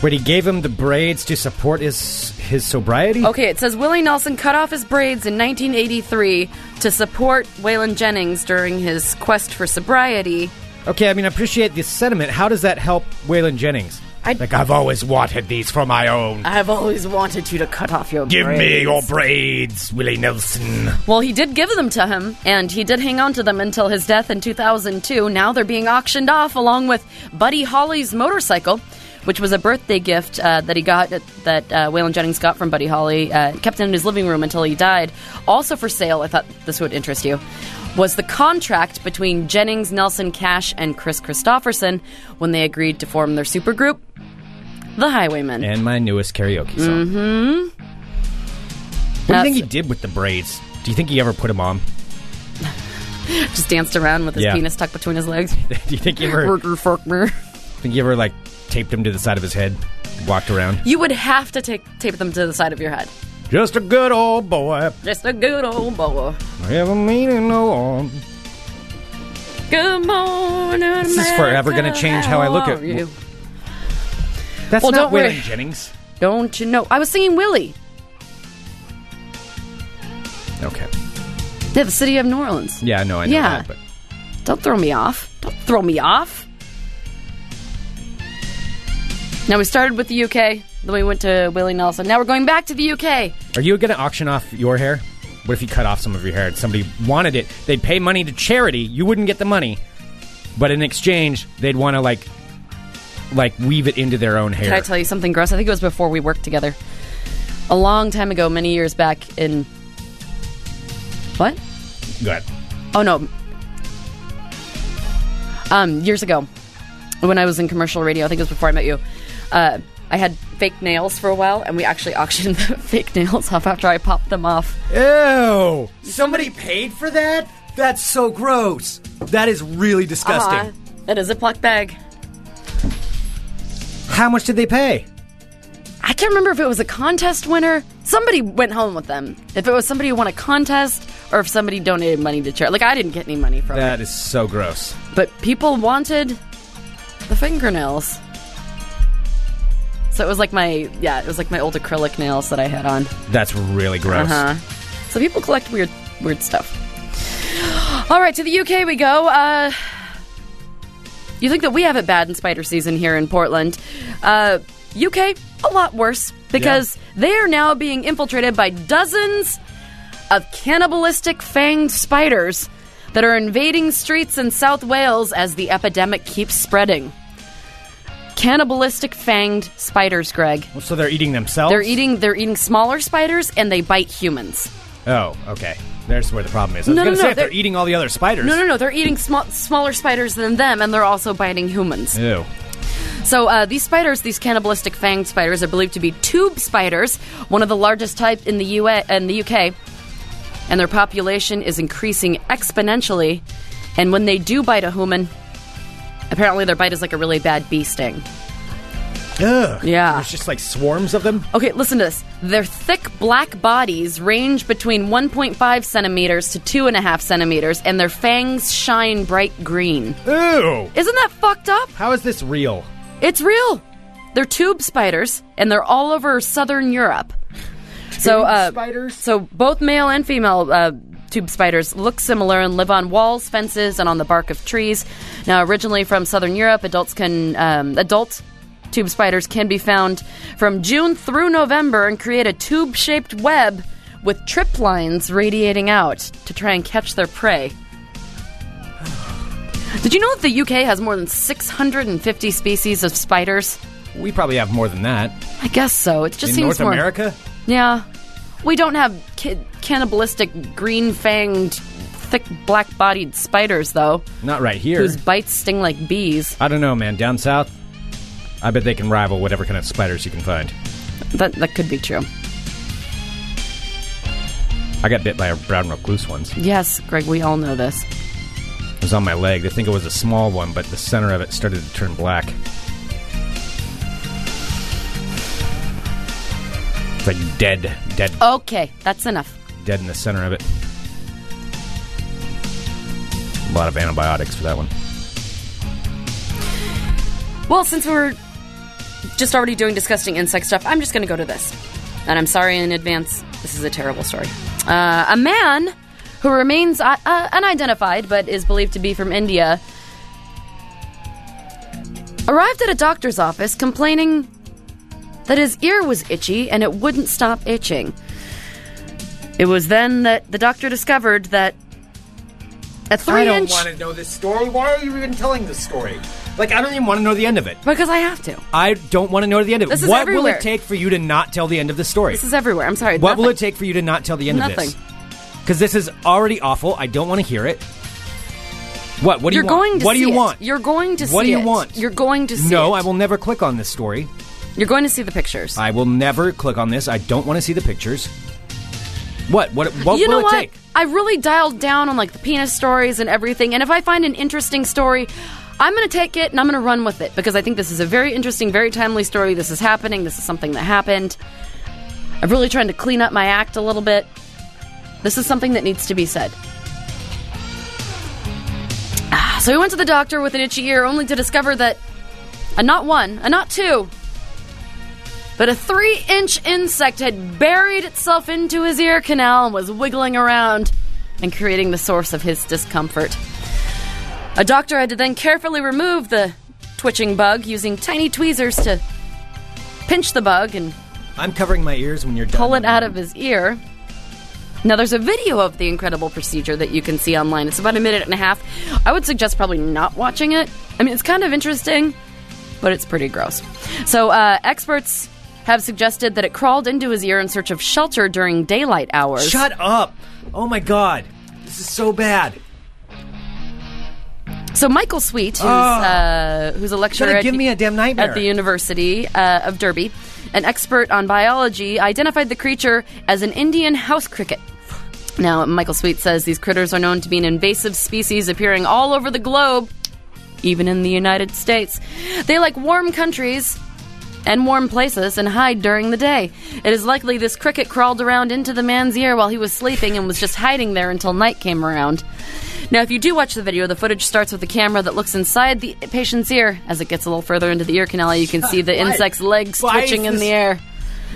S1: But he gave him the braids to support his his sobriety.
S2: Okay, it says Willie Nelson cut off his braids in 1983 to support Waylon Jennings during his quest for sobriety.
S1: Okay, I mean, I appreciate the sentiment. How does that help Waylon Jennings?
S2: I-
S1: like, I've always wanted these for my own.
S2: I've always wanted you to cut off your
S1: Give
S2: braids.
S1: me your braids, Willie Nelson.
S2: Well, he did give them to him, and he did hang on to them until his death in 2002. Now they're being auctioned off along with Buddy Holly's motorcycle, which was a birthday gift uh, that he got that uh, Waylon Jennings got from Buddy Holly, uh, kept in his living room until he died. Also for sale, I thought this would interest you. Was the contract between Jennings, Nelson, Cash, and Chris Christopherson when they agreed to form their supergroup, The Highwaymen?
S1: And my newest karaoke song. Mm-hmm. What do you
S2: That's-
S1: think he did with the braids? Do you think he ever put them on?
S2: Just danced around with his
S1: Yeah.
S2: penis tucked between his legs.
S1: do you think he ever?
S2: Burger fork me.
S1: think he ever like taped them to the side of his head, walked around?
S2: You would have to take, tape them to the side of your head.
S1: Just a good old boy,
S2: Just a good old boy.
S1: never meaning no harm.
S2: Good morning.
S1: This is forever gonna change how I look at-
S2: you.
S1: That's
S2: Well,
S1: not
S2: don't worry.
S1: Waylon Jennings.
S2: Don't you know? I was singing Willie.
S1: Okay.
S2: Yeah, the city of New Orleans.
S1: Yeah, no, I know
S2: Yeah.
S1: that. But
S2: Don't throw me off. Don't throw me off. Now we started with the UK, then we went to Willie Nelson. Now we're going back to the UK.
S1: Are you going to auction off your hair? What if you cut off some of your hair and somebody wanted it? They'd pay money to charity. You wouldn't get the money, but in exchange, they'd want to like, like weave it into their own hair.
S2: Can I tell you something gross? I think it was before we worked together. A long time ago, many years back in. What?
S1: Go ahead.
S2: Oh no. Um, years ago, when I was in commercial radio, I think it was before I met you. Uh, I had fake nails for a while, and we actually auctioned the fake nails off after I popped them off.
S1: Ew! Somebody paid for that? That's so gross. That is really disgusting.
S2: Uh-huh. In a Ziploc bag.
S1: How much did they pay?
S2: I can't remember if it was a contest winner. Somebody went home with them. If it was somebody who won a contest, or if somebody donated money to charity. Like I didn't get any money from it,
S1: That is so gross.
S2: but people wanted the fingernails. So it was like my yeah, it was like my old acrylic nails that I had on.
S1: That's really gross.
S2: Uh-huh. So people collect weird, weird stuff. All right, to the UK we go. Uh, you think that we have it bad in spider season here in Portland? Uh, UK, a lot worse because they are now being infiltrated by dozens of cannibalistic fanged spiders that are invading streets in South Wales as the epidemic keeps spreading. Cannibalistic fanged spiders, Greg.
S1: So they're eating themselves.
S2: They're eating. They're eating smaller spiders and they bite humans.
S1: Oh, okay. There's where the problem is. I was
S2: No,
S1: going to
S2: no,
S1: say
S2: no,
S1: if they're
S2: they're-
S1: eating all the other spiders.
S2: No, no, no. They're eating small, smaller spiders than them, and they're also biting humans.
S1: Ew.
S2: So uh, these spiders, these cannibalistic fanged spiders, are believed to be tube spiders, one of the largest type in the U. in the UK, and their population is increasing exponentially. And when they do bite a human, apparently their bite is like a really bad bee sting.
S1: Ugh.
S2: Yeah.
S1: It's just like swarms of them.
S2: Okay, listen to this. Their thick black bodies range between 1.5 centimeters to 2.5 centimeters, and their fangs shine bright green.
S1: Ew.
S2: Isn't that fucked up?
S1: How is this real?
S2: It's real. They're tube spiders, and they're all over southern Europe. so, uh,
S1: spiders?
S2: So both male and female uh, tube spiders look similar and live on walls, fences, and on the bark of trees. Now, originally from southern Europe, adults can um, adult tube spiders can be found from June through November and create a tube-shaped web with trip lines radiating out to try and catch their prey. Did you know that the UK has more than 650 species of spiders?
S1: We probably have more than that
S2: I guess so. It just
S1: in
S2: seems
S1: North
S2: more.
S1: America.
S2: Yeah, we don't have ki- cannibalistic, green-fanged, thick, black-bodied spiders though,
S1: Not right here.
S2: whose bites sting like bees.
S1: I don't know, man. Down south, I bet they can rival whatever kind of spiders you can find.
S2: That that could be true.
S1: I got bit by a brown recluse once.
S2: Yes, Greg, we all know this.
S1: It was on my leg. They think it was a small one, but the center of it started to turn black. It's like dead, dead,
S2: Okay, that's enough.
S1: dead in the center of it. A lot of antibiotics for that one.
S2: Well, since we were just already doing disgusting insect stuff, I'm just going to go to this. And I'm sorry in advance. This is a terrible story. Uh, a man who remains uh, uh, unidentified but is believed to be from India arrived at a doctor's office complaining that his ear was itchy and it wouldn't stop itching. It was then that the doctor discovered that a three inch.
S1: to know this story. Why are you even telling this story? Like, I don't even want to know the end of it.
S2: Because I have to.
S1: I don't want to know the end of it.
S2: This is
S1: what will
S2: everywhere.
S1: it take for you to not tell the end of the story?
S2: This is everywhere. I'm sorry.
S1: What will
S2: Nothing.
S1: it take for you to not tell the end of this?
S2: Nothing.
S1: Because this is already awful. I don't want to hear it. What? What do
S2: You're
S1: you want?
S2: going to
S1: what
S2: see
S1: do you
S2: it.
S1: want?
S2: You're going to
S1: What
S2: see
S1: do you
S2: it.
S1: want?
S2: You're going to see
S1: No,
S2: it.
S1: I will never click on this story.
S2: You're going to see the pictures.
S1: I will never click on this. I don't want to see the pictures. What? What? What
S2: you
S1: will
S2: know
S1: it
S2: what?
S1: take?
S2: I really dialed down on like the penis stories and everything. And if I find an interesting story, I'm going to take it and I'm going to run with it because I think this is a very interesting, very timely story. This is happening. This is something that happened. I'm really trying to clean up my act a little bit. This is something that needs to be said. Ah, So we went to the doctor with an itchy ear only to discover that a not one, a not two, but a three inch insect had buried itself into his ear canal and was wiggling around and creating the source of his discomfort. A doctor had to then carefully remove the twitching bug using tiny tweezers to pinch the bug and
S1: I'm covering my ears when you're done.
S2: pull it out of his ear. Now, there's a video of the incredible procedure that you can see online. It's about a minute and a half. I would suggest probably not watching it. I mean, it's kind of interesting, but it's pretty gross. So, uh, experts have suggested that it crawled into his ear in search of shelter during daylight hours.
S1: Shut up! Oh my god, this is so bad.
S2: So, Michael Sweet, who's,
S1: Oh.
S2: uh, who's a lecturer
S1: Gotta
S2: at
S1: give me a damn nightmare.
S2: at the University uh, of Derby, an expert on biology, identified the creature as an Indian house cricket. Now, Michael Sweet says these critters are known to be an invasive species appearing all over the globe, even in the United States. They like warm countries and warm places and hide during the day. It is likely this cricket crawled around into the man's ear while he was sleeping and was just hiding there until night came around. Now, if you do watch the video, the footage starts with a camera that looks inside the patient's ear. As it gets a little further into the ear canal, you can see the
S1: Why-
S2: insect's legs
S1: why is
S2: twitching in
S1: this-
S2: the air.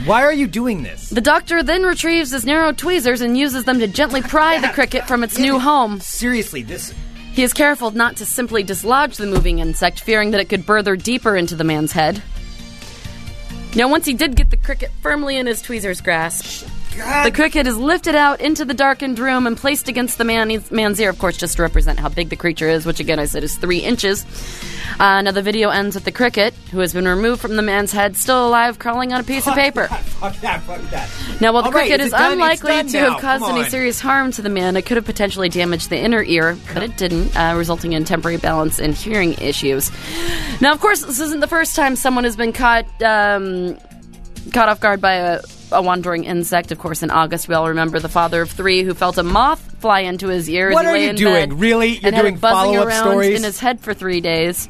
S1: Why are you doing this?
S2: The doctor then retrieves his narrow tweezers and uses them to gently pry the cricket from its new home.
S1: Seriously, this.
S2: He is careful not to simply dislodge the moving insect, fearing that it could burrow deeper into the man's head. Now, once he did get the cricket firmly in his tweezer's grasp, the cricket is lifted out into the darkened room and placed against the man's, man's ear, of course, just to represent how big the creature is, which again I said is three inches. Uh, now, the video ends with the cricket, who has been removed from the man's head, still alive, crawling on a piece of paper.
S1: Fuck that, fuck that.
S2: Now, while the
S1: All right,
S2: cricket
S1: is
S2: is
S1: it done? It's
S2: unlikely
S1: done
S2: to
S1: now.
S2: have caused
S1: Come
S2: any
S1: on.
S2: serious harm to the man, it could have potentially damaged the inner ear, but it didn't, uh, resulting in temporary balance and hearing issues. Now, of course, this isn't the first time someone has been caught um, caught off guard by a, a wandering insect. Of course, in August, we all remember the father of three who felt a moth fly into his ear.
S1: What
S2: as he
S1: are
S2: lay
S1: you
S2: in
S1: doing?
S2: bed
S1: Really? You're
S2: and had
S1: doing
S2: it buzzing
S1: follow-up
S2: around
S1: stories?
S2: in his head for three days.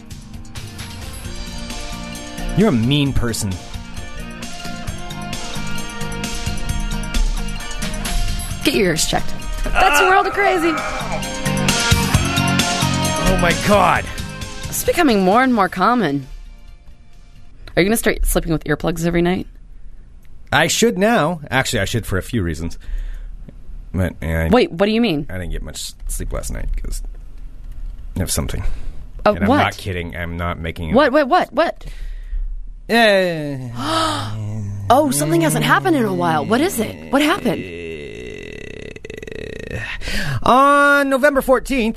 S1: You're a mean person.
S2: Get your ears checked. That's a world
S1: Uh,
S2: of crazy.
S1: Oh my god.
S2: It's becoming more and more common. Are you going to start sleeping with earplugs every night?
S1: I should now. Actually, I should for a few reasons. But yeah, I,
S2: Wait, what do you mean?
S1: I didn't get much sleep last night because of something.
S2: Oh,
S1: and I'm not
S2: what?
S1: kidding. I'm not making it.
S2: What? What? What? What?
S1: Eh.
S2: Oh, something hasn't happened in a while. What is it? What happened?
S1: On November 14th,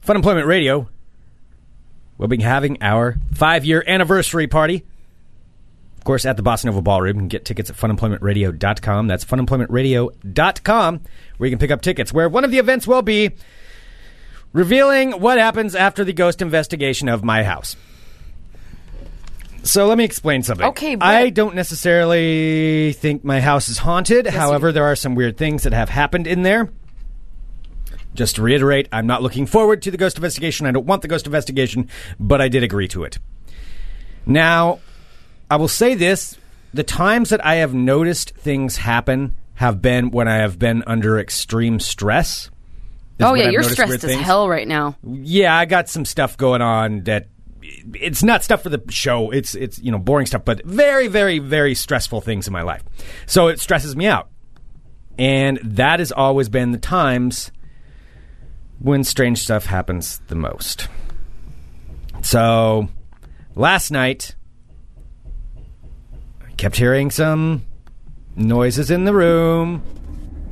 S1: Fun Employment Radio will be having our five year anniversary party. Of course, at the Bossa Nova Ballroom. You can get tickets at funemploymentradio.com. That's funemploymentradio.com, where you can pick up tickets, where one of the events will be revealing what happens after the ghost investigation of my house. So let me explain something.
S2: Okay, but-
S1: I don't necessarily think my house is haunted. However, there are some weird things that have happened in there. Just to reiterate, I'm not looking forward to the ghost investigation. I don't want the ghost investigation, but I did agree to it. Now, I will say this the times that I have noticed things happen have been when I have been under extreme stress. is
S2: Oh
S1: when
S2: yeah,
S1: I've
S2: you're
S1: noticed weird
S2: stressed as
S1: things.
S2: hell right now.
S1: Yeah, I got some stuff going on that it's not stuff for the show. It's it's you know boring stuff, but very very very stressful things in my life. So it stresses me out, and that has always been the times when strange stuff happens the most. So last night, I kept hearing some noises in the room.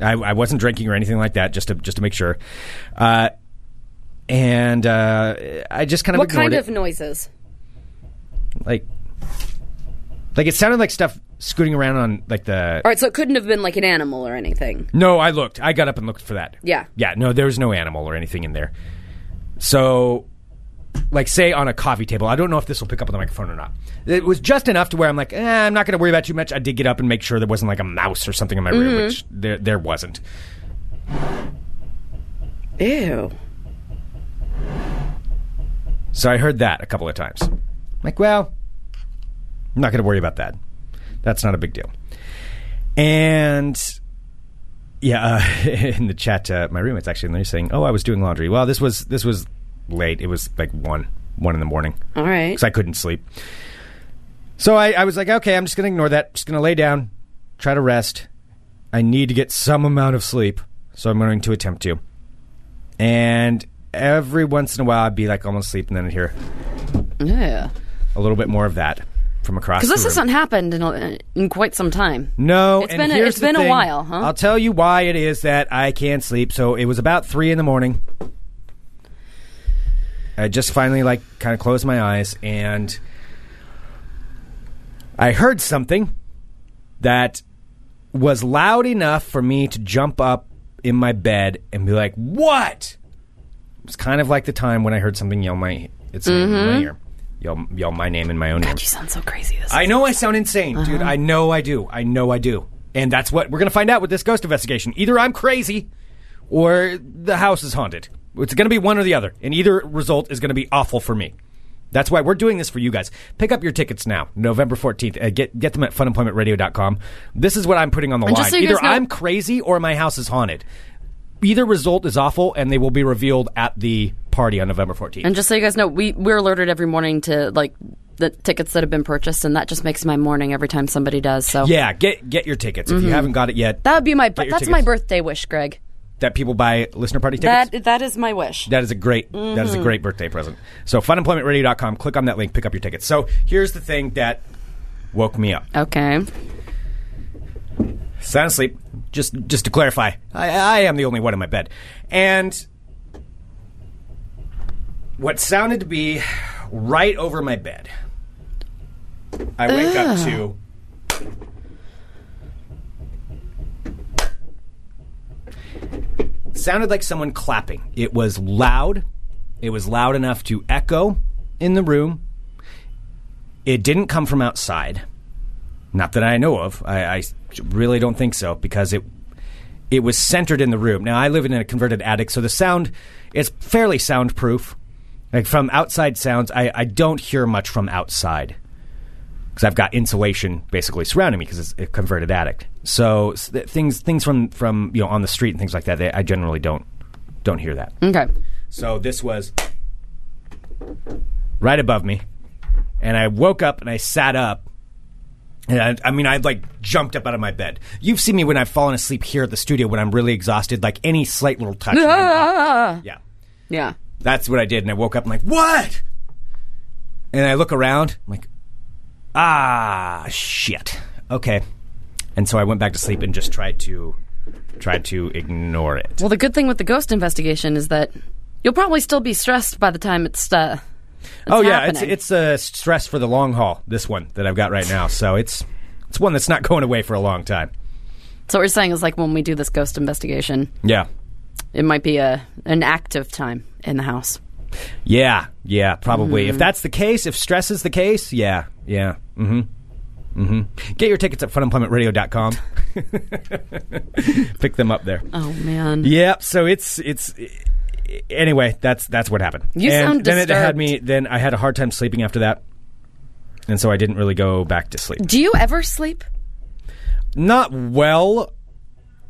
S1: I, I wasn't drinking or anything like that, just to just to make sure. Uh, and uh, I just kind of ignored it
S2: noises?
S1: like like it sounded like stuff scooting around on like the
S2: All right, so it couldn't have been like an animal or anything.
S1: no i looked i got up and looked for that
S2: Yeah.
S1: yeah no there was no animal or anything in there so like say on a coffee table i don't know if this will pick up on the microphone or not it was just enough to where i'm like eh, i'm not going to worry about it too much i did get up and make sure there wasn't like a mouse or something in my room which there, there wasn't
S2: Ew.
S1: So I heard that a couple of times. I'm like, well, I'm not going to worry about that. That's not a big deal. And yeah, uh, in the chat, uh, my roommate's actually in there saying, "Oh, I was doing laundry." Well, this was this was late. It was like one one in the morning
S2: All right.
S1: because I couldn't sleep. So I, I was like, okay, I'm just going to ignore that. Just going to lay down, try to rest. I need to get some amount of sleep, so I'm going to attempt to. And every once in a while I'd be like almost asleep, and then I'd hear
S2: Yeah.
S1: a little bit more of that from across.
S2: Because
S1: the
S2: this
S1: room.
S2: hasn't happened in, a, in quite some time.
S1: No,
S2: It's
S1: and
S2: been a-
S1: here's
S2: it's
S1: the
S2: been a
S1: thing.
S2: while, huh?
S1: I'll tell you why it is that I can't sleep. So it was about three in the morning. I just finally like kind of closed my eyes and I heard something that was loud enough for me to jump up in my bed and be like, "What?" It's kind of like the time when I heard something yell my it's in
S2: Mm-hmm.
S1: my ear, yell yell my name in my own ear.
S2: You sound so crazy. This
S1: I know I sound insane,
S2: Uh-huh.
S1: dude. I know I do. I know I do. And that's what we're going to find out with this ghost investigation. Either I'm crazy or the house is haunted. It's going to be one or the other. And either result is going to be awful for me. That's why we're doing this for you guys. Pick up your tickets now, November 14th. Uh, get, get them at funemploymentradio.com. This is what I'm putting on the
S2: And
S1: line.
S2: just so you
S1: either
S2: guys know-
S1: I'm crazy or my house is haunted. Either result is awful, and they will be revealed at the party on November 14th.
S2: And just so you guys know, we we're alerted every morning to like the tickets that have been purchased, and that just makes my morning every time somebody does. So
S1: yeah, get, get your tickets. If you haven't got it yet,
S2: Mm-hmm. that would be my
S1: Get your
S2: that's my
S1: tickets.
S2: birthday wish, Greg.
S1: that people buy listener party tickets.
S2: That that is my wish.
S1: That is a great that is a great birthday present. So funemploymentradio.com, click on that link, pick up your tickets. So here's the thing that woke me up.
S2: okay.
S1: Sound asleep. Just just to clarify, I, I am the only one in my bed. And what sounded to be right over my bed. I wake up to sounded like someone clapping. It was loud. It was loud enough to echo in the room. It didn't come from outside. Not that I know of. I, I really don't think so because it it was centered in the room. Now I live in a converted attic, so the sound is fairly soundproof. Like from outside sounds, I, I don't hear much from outside because I've got insulation basically surrounding me because it's a converted attic. So s- th- things things from from you know on the street and things like that, they, I generally don't don't hear that.
S2: Okay.
S1: So this was right above me, and I woke up and I sat up. And I, I mean, I like jumped up out of my bed. You've seen me when I've fallen asleep here at the studio when I'm really exhausted, like any slight little touch. and I'm up. yeah,
S2: Yeah.
S1: that's what I did. And I woke up. I'm like, what? And I look around. I'm like, ah, shit. Okay. And so I went back to sleep and just tried to tried to ignore it.
S2: Well, the good thing with the ghost investigation is that you'll probably still be stressed by the time it's. Uh,
S1: oh yeah,
S2: happening.
S1: it's it's a stress for the long haul. This one that I've got right now, so it's it's one that's not going away for a long time.
S2: so what you're saying is like when we do this ghost investigation,
S1: Yeah,
S2: it might be a an active time in the house.
S1: yeah, yeah. Probably
S2: Hmm.
S1: if that's the case, if stress is the case, yeah, yeah. Mm-hmm. Mm-hmm. Get your tickets at funemploymentradio.com. Pick them up there.
S2: Oh man.
S1: Yep. So it's it's. Anyway, that's that's what happened.
S2: You
S1: and
S2: sound
S1: then it had
S2: disturbed.
S1: me. Then I had a hard time sleeping after that, and so I didn't really go back to sleep.
S2: Do you ever sleep?
S1: Not well.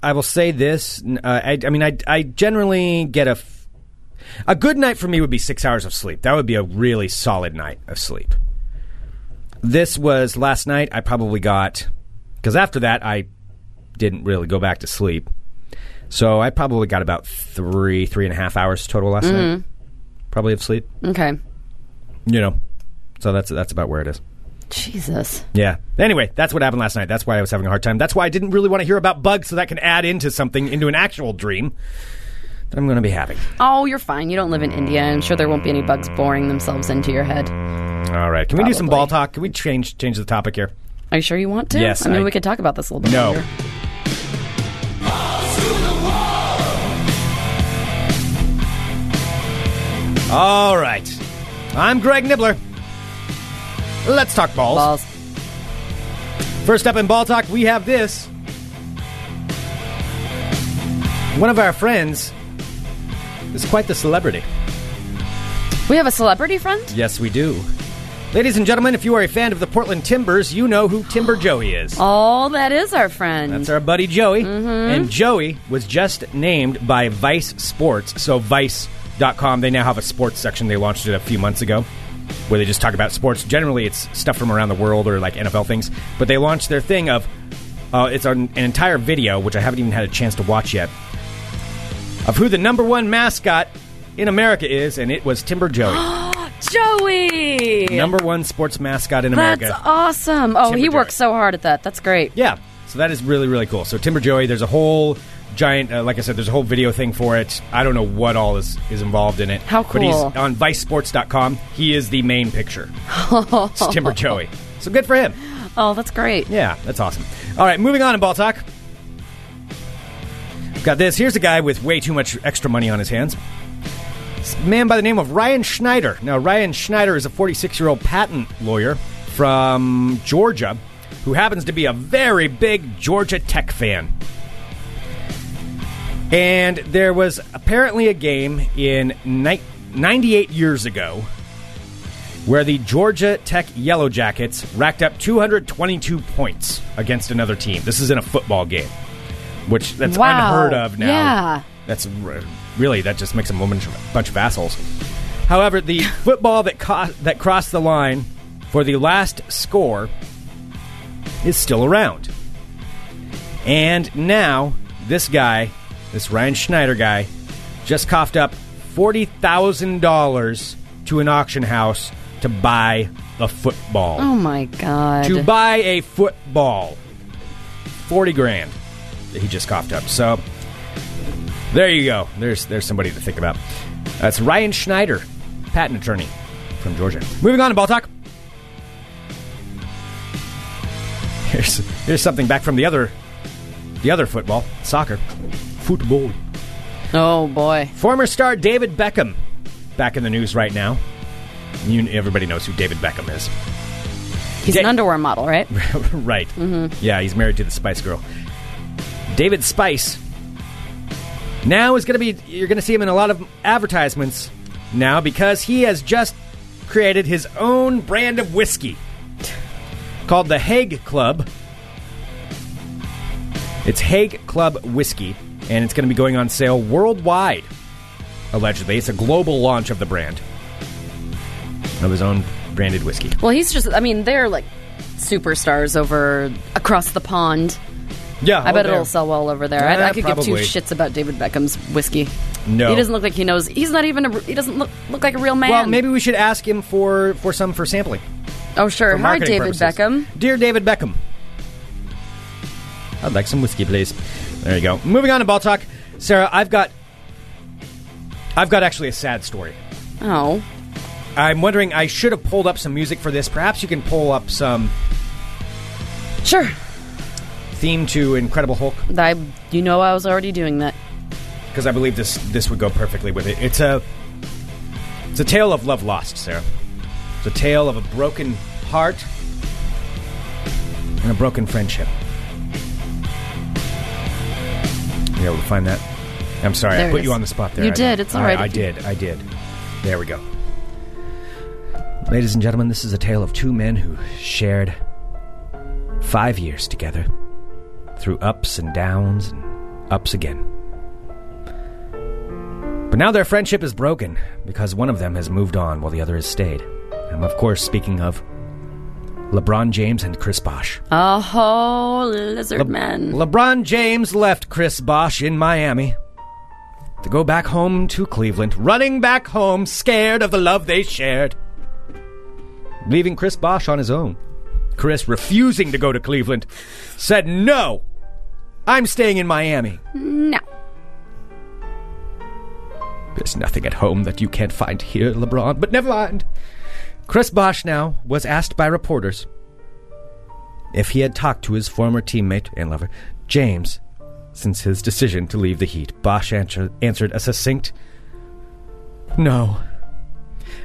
S1: I will say this. n- Uh, I, I mean, I, I generally get a f- a good night for me would be six hours of sleep. That would be a really solid night of sleep. This was last night. I probably got because after that I didn't really go back to sleep. So I probably got about three, three and a half hours total last night, probably of sleep.
S2: Okay.
S1: You know, so that's that's about where it is.
S2: Jesus.
S1: Yeah. Anyway, that's what happened last night. That's why I was having a hard time. That's why I didn't really want to hear about bugs, so that can add into something, into an actual dream that I'm going to be having.
S2: Oh, you're fine. You don't live in India. I'm sure there won't be any bugs boring themselves into your head.
S1: All right. Can we do some
S2: Probably.
S1: ball talk? Can we change change the topic here?
S2: Are you sure you want to?
S1: Yes,
S2: I mean,
S1: I-
S2: we could talk about this a little bit.
S1: No.
S2: later.
S1: All right. I'm Greg Nibbler. Let's talk balls.
S2: Balls.
S1: First up in ball talk, we have this. One of our friends is quite the celebrity.
S2: We have a celebrity friend.
S1: Yes, we do. Ladies and gentlemen, if you are a fan of the Portland Timbers, you know who Timber Joey is.
S2: Oh, that is our friend.
S1: That's our buddy Joey. And Joey was just named by Vice Sports. So, Vice.com, they now have a sports section. They launched it a few months ago where they just talk about sports. Generally, it's stuff from around the world or like NFL things. But they launched their thing of uh, it's an, an entire video, which I haven't even had a chance to watch yet, of who the number one mascot in America is, and it was Timber Joey,
S2: Joey.
S1: number one sports mascot in
S2: That's
S1: America.
S2: awesome. Oh,
S1: Timber
S2: he
S1: Joey.
S2: worked so hard at that. That's great.
S1: Yeah, so that is really really cool. So Timber Joey, there's a whole giant, uh, like I said, there's a whole video thing for it. I don't know what all is is involved in it.
S2: How
S1: But he's
S2: cool.
S1: on ViceSports.com. He is the main picture. it's Timber Joey. So good for him.
S2: Oh, that's great.
S1: Yeah, that's awesome. All right, moving on in ball talk. Got this. Here's a guy with way too much extra money on his hands. It's a man by the name of Ryan Schneider. Now, Ryan Schneider is a 46 year old patent lawyer from Georgia who happens to be a very big Georgia Tech fan. And there was apparently a game in ni- 98 years ago where the Georgia Tech Yellow Jackets racked up 222 points against another team. This is in a football game, which that's
S2: Wow.
S1: unheard of now.
S2: Yeah.
S1: That's r- really that just makes them a bunch of- bunch of assholes. However, the football that co- that crossed the line for the last score is still around. And now this guy, this Ryan Schneider guy, just coughed up forty thousand dollars to an auction house to buy a football.
S2: Oh my god.
S1: To buy a football, forty grand that he just coughed up. So there you go. There's there's somebody to think about. That's Ryan Schneider, patent attorney from Georgia. Moving on to ball talk. Here's here's something back from the other the other football soccer football.
S2: oh boy.
S1: Former star David Beckham back in the news right now. You, everybody knows who David Beckham is.
S2: He's an
S1: Da-
S2: underwear model, right?
S1: right. Yeah, he's married to the Spice Girl. David Spice. Now is going to be you're going to see him in a lot of advertisements now because he has just created his own brand of whiskey called the Hague Club. It's Hague Club whiskey and it's going to be going on sale worldwide. Allegedly, it's a global launch of the brand of his own branded whiskey.
S2: Well, he's just I mean, they're like superstars over across the pond.
S1: Yeah,
S2: I bet it'll sell well over there.
S1: Yeah,
S2: I, I could give
S1: Oh, probably.
S2: two shits about David Beckham's whiskey.
S1: No.
S2: He doesn't look like he knows. He's not even a he doesn't look look like a real man.
S1: Well, maybe we should ask him for for some for sampling.
S2: Oh, sure.
S1: For
S2: Hi
S1: marketing
S2: David
S1: purposes.
S2: Beckham.
S1: Dear David Beckham. I'd like some whiskey, please. There you go. Moving on to ball talk, Sarah. I've got, I've got actually a sad story.
S2: Oh.
S1: I'm wondering. I should have pulled up some music for this. Perhaps you can pull up some
S2: Sure.
S1: theme to Incredible Hulk
S2: I you know I was already doing that.
S1: because I believe this this would go perfectly with it. It's a, it's a tale of love lost, Sarah. It's a tale of a broken heart and a broken friendship. You able to find that? I'm sorry,
S2: There
S1: I
S2: it
S1: put
S2: is.
S1: you on the spot there.
S2: You
S1: I
S2: did,
S1: know.
S2: it's all
S1: I-
S2: right.
S1: I did. I did. There we go. Ladies and gentlemen, this is a tale of two men who shared five years together through ups and downs and ups again. But now their friendship is broken because one of them has moved on while the other has stayed. I'm, of course, speaking of LeBron James and Chris Bosh.
S2: Um. Oh, lizard man.
S1: LeBron James left Chris Bosh in Miami to go back home to Cleveland, running back home, scared of the love they shared, leaving Chris Bosh on his own. Chris refusing to go to Cleveland said, No, I'm staying in Miami.
S2: no.
S1: There's nothing at home that you can't find here, LeBron, but never mind. Chris Bosch now was asked by reporters if he had talked to his former teammate and lover, James, since his decision to leave the Heat. Bosch answer- answered a succinct no.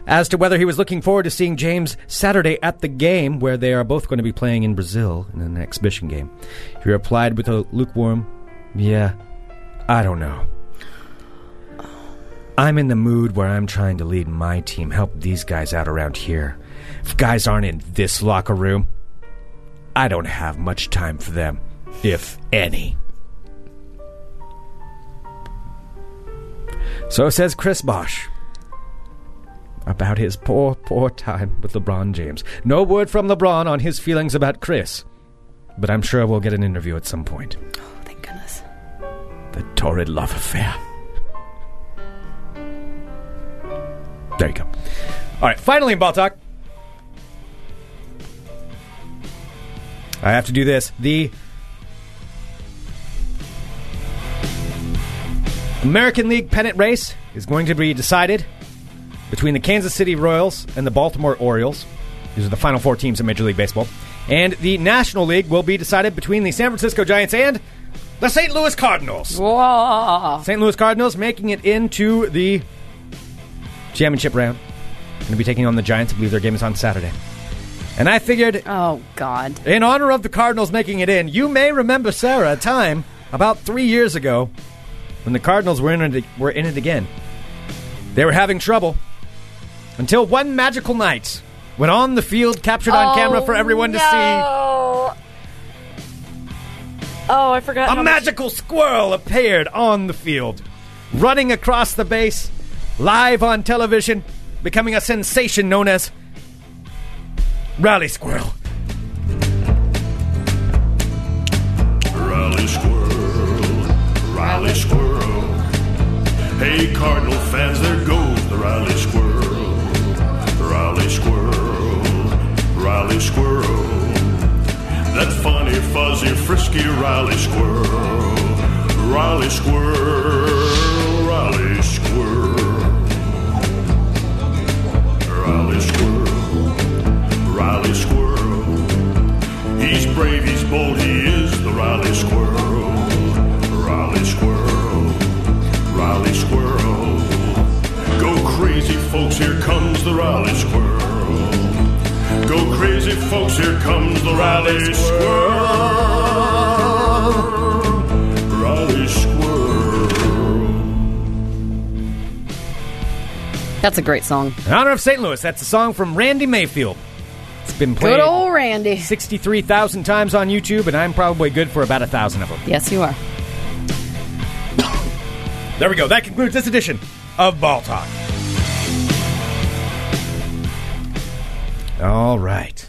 S1: As to whether he was looking forward to seeing James Saturday at the game, where they are both going to be playing in Brazil in an exhibition game, he replied with a lukewarm, Yeah, I don't know. I'm in the mood where I'm trying to lead my team, help these guys out around here. If guys aren't in this locker room, I don't have much time for them, if any. So says Chris Bosch about his poor, poor time with LeBron James. No word from LeBron on his feelings about Chris, but I'm sure we'll get an interview at some point.
S2: Oh, thank goodness.
S1: The torrid love affair. There you go. All right, finally in ball talk. I have to do this. The American League pennant race is going to be decided between the Kansas City Royals and the Baltimore Orioles. These are the final four teams in Major League Baseball. And the National League will be decided between the San Francisco Giants and the St. Louis Cardinals.
S2: Whoa.
S1: St. Louis Cardinals making it into the championship round. Going to be taking on the Giants. I believe their game is on Saturday. And I figured,
S2: Oh, God.
S1: in honor of the Cardinals making it in, you may remember Sarah a time about three years ago when the Cardinals were in it, were in it again. They were having trouble until one magical night when on the field, captured on camera for everyone to see.
S2: Oh, I forgot.
S1: A magical squirrel appeared on the field, running across the base, live on television, becoming a sensation known as Rally Squirrel.
S3: Rally squirrel, rally squirrel. Hey, Cardinal fans, there goes the rally squirrel. Rally squirrel, rally squirrel. That funny, fuzzy, frisky rally squirrel. Rally squirrel, rally squirrel. Rally squirrel, rally squirrel. He's brave, he's bold, he is the Riley Squirrel. Riley Squirrel, Riley Squirrel. Go crazy, folks, here comes the Riley Squirrel. Go crazy, folks, here comes the Riley Squirrel. Riley Squirrel.
S2: That's a great song.
S1: In honor of St. Louis, that's a song from Randy Mayfield. It's been played
S2: Good old Randy.
S1: 63,000 times on YouTube, and I'm probably good for about a thousand of them.
S2: Yes, you are.
S1: There we go. That concludes this edition of Ball Talk. All right.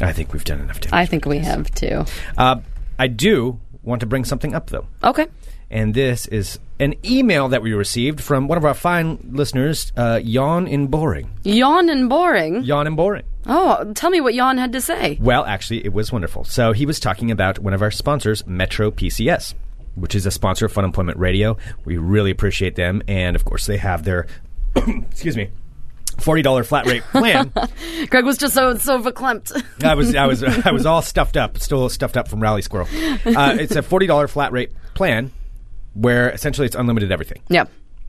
S1: I think we've done enough
S2: I
S1: damage.
S2: think we have too.
S1: uh, I do want to bring something up, though.
S2: Okay.
S1: And this is an email that we received from one of our fine listeners, uh, Yawn and Boring.
S2: Yawn and boring.
S1: Yawn and Boring.
S2: Oh, tell me what Yawn had to say.
S1: Well, actually, it was wonderful. So he was talking about one of our sponsors, Metro PCS, which is a sponsor of Fun Employment Radio. We really appreciate them, and of course, they have their excuse me forty dollar flat rate plan.
S2: Greg was just so so verklempt.
S1: I was I was I was all stuffed up, still stuffed up from Rally Squirrel. Uh, it's a forty dollar flat rate plan where essentially it's unlimited everything.
S2: yeah.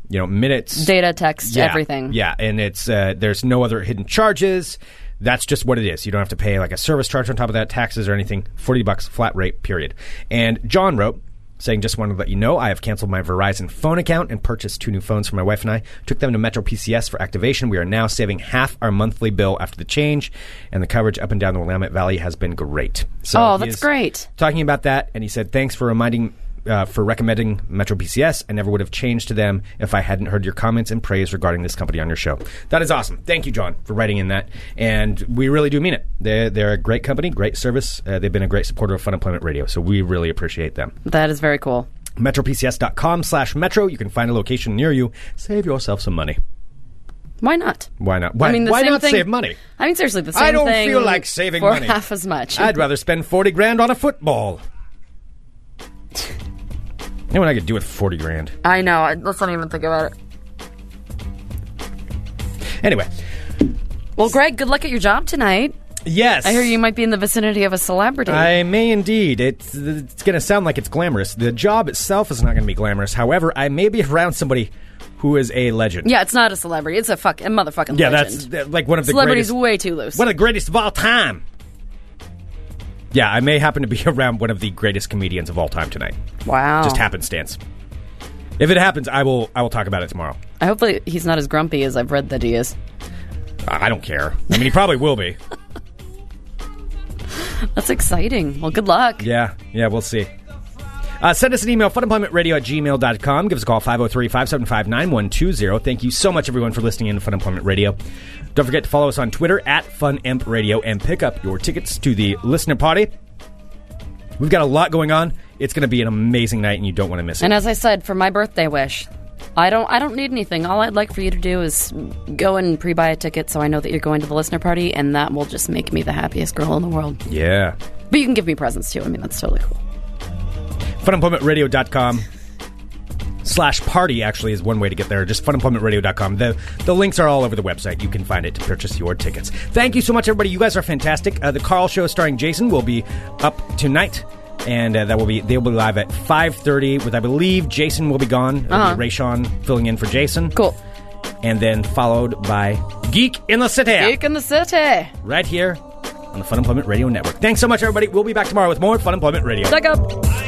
S1: You know, minutes,
S2: Data, text,
S1: yeah,
S2: everything.
S1: Yeah, and it's uh, there's no other hidden charges. That's just what it is. You don't have to pay like a service charge on top of that, taxes or anything. Forty bucks flat rate, period. And John wrote saying, "Just wanted to let you know I have canceled my Verizon phone account and purchased two new phones for my wife and I. Took them to Metro PCS for activation. We are now saving half our monthly bill after the change, and the coverage up and down the Willamette Valley has been great. So
S2: Oh,
S1: he
S2: that's
S1: is
S2: great.
S1: Talking about that, and he said, "Thanks for reminding." Uh, for recommending Metro PCS. I never would have changed to them if I hadn't heard your comments and praise regarding this company on your show. That is awesome. Thank you, John, for writing in that. And we really do mean it. They're, they're a great company, great service. Uh, they've been a great supporter of Fun Employment Radio, so we really appreciate them.
S2: That is very cool.
S1: MetroPCS.com slash Metro. You can find a location near you. Save yourself some money.
S2: Why not?
S1: Why not? Why,
S2: I mean, the
S1: why
S2: same
S1: not
S2: thing-
S1: save money?
S2: I mean, seriously, the same
S1: I don't
S2: thing
S1: feel like saving
S2: for
S1: money.
S2: half as much.
S1: I'd rather spend 40 grand on a football. You know what I could do with 40 grand?
S2: I know. I- Let's not even think about it.
S1: Anyway,
S2: Well, Greg, good luck at your job tonight.
S1: yes.
S2: I hear you might be in the vicinity of a celebrity.
S1: I may indeed. It's, it's going to sound like it's glamorous. The job itself is not going to be glamorous. However, I may be around somebody who is a legend.
S2: yeah, it's not a celebrity. It's a fuck a motherfucking
S1: yeah, that's
S2: legend.
S1: that- like one of the
S2: Celebrity's
S1: greatest,
S2: way too loose.
S1: one of the greatest of all time. Yeah, I may happen to be around one of the greatest comedians of all time tonight.
S2: wow.
S1: Just happenstance. If it happens, I will. I will talk about it tomorrow.
S2: I hopefully he's not as grumpy as I've read that he is.
S1: I I don't care. I mean, he probably will be.
S2: That's exciting. Well, good luck.
S1: Yeah, yeah, we'll see. Uh, send us an email, funemploymentradio at gmail.com. Give us a call, 503 575 9120. Thank you so much, everyone, for listening in to Fun Employment Radio. Don't forget to follow us on Twitter at FunEmp Radio and pick up your tickets to the listener party. We've got a lot going on It's going to be an amazing night, and you don't want to miss it.
S2: And as I said, for my birthday wish, I don't I don't need anything. All I'd like for you to do is go and pre-buy a ticket so I know that you're going to the listener party and that will just make me the happiest girl in the world.
S1: yeah.
S2: But you can give me presents too. I mean, that's totally cool.
S1: funemploymentradio.com slash party actually is one way to get there just funemploymentradio.com the, the links are all over the website you can find it to purchase your tickets thank you so much everybody you guys are fantastic uh, the carl show starring jason will be up tonight and uh, that will be they'll be live at 5.30 with i believe jason will be gone It'll be Rayshawn filling in for jason
S2: Cool.
S1: and then followed by geek in the city
S2: Duke in the city.
S1: right here on the fun employment radio network thanks so much everybody we'll be back tomorrow with more fun employment radio
S2: Suck up.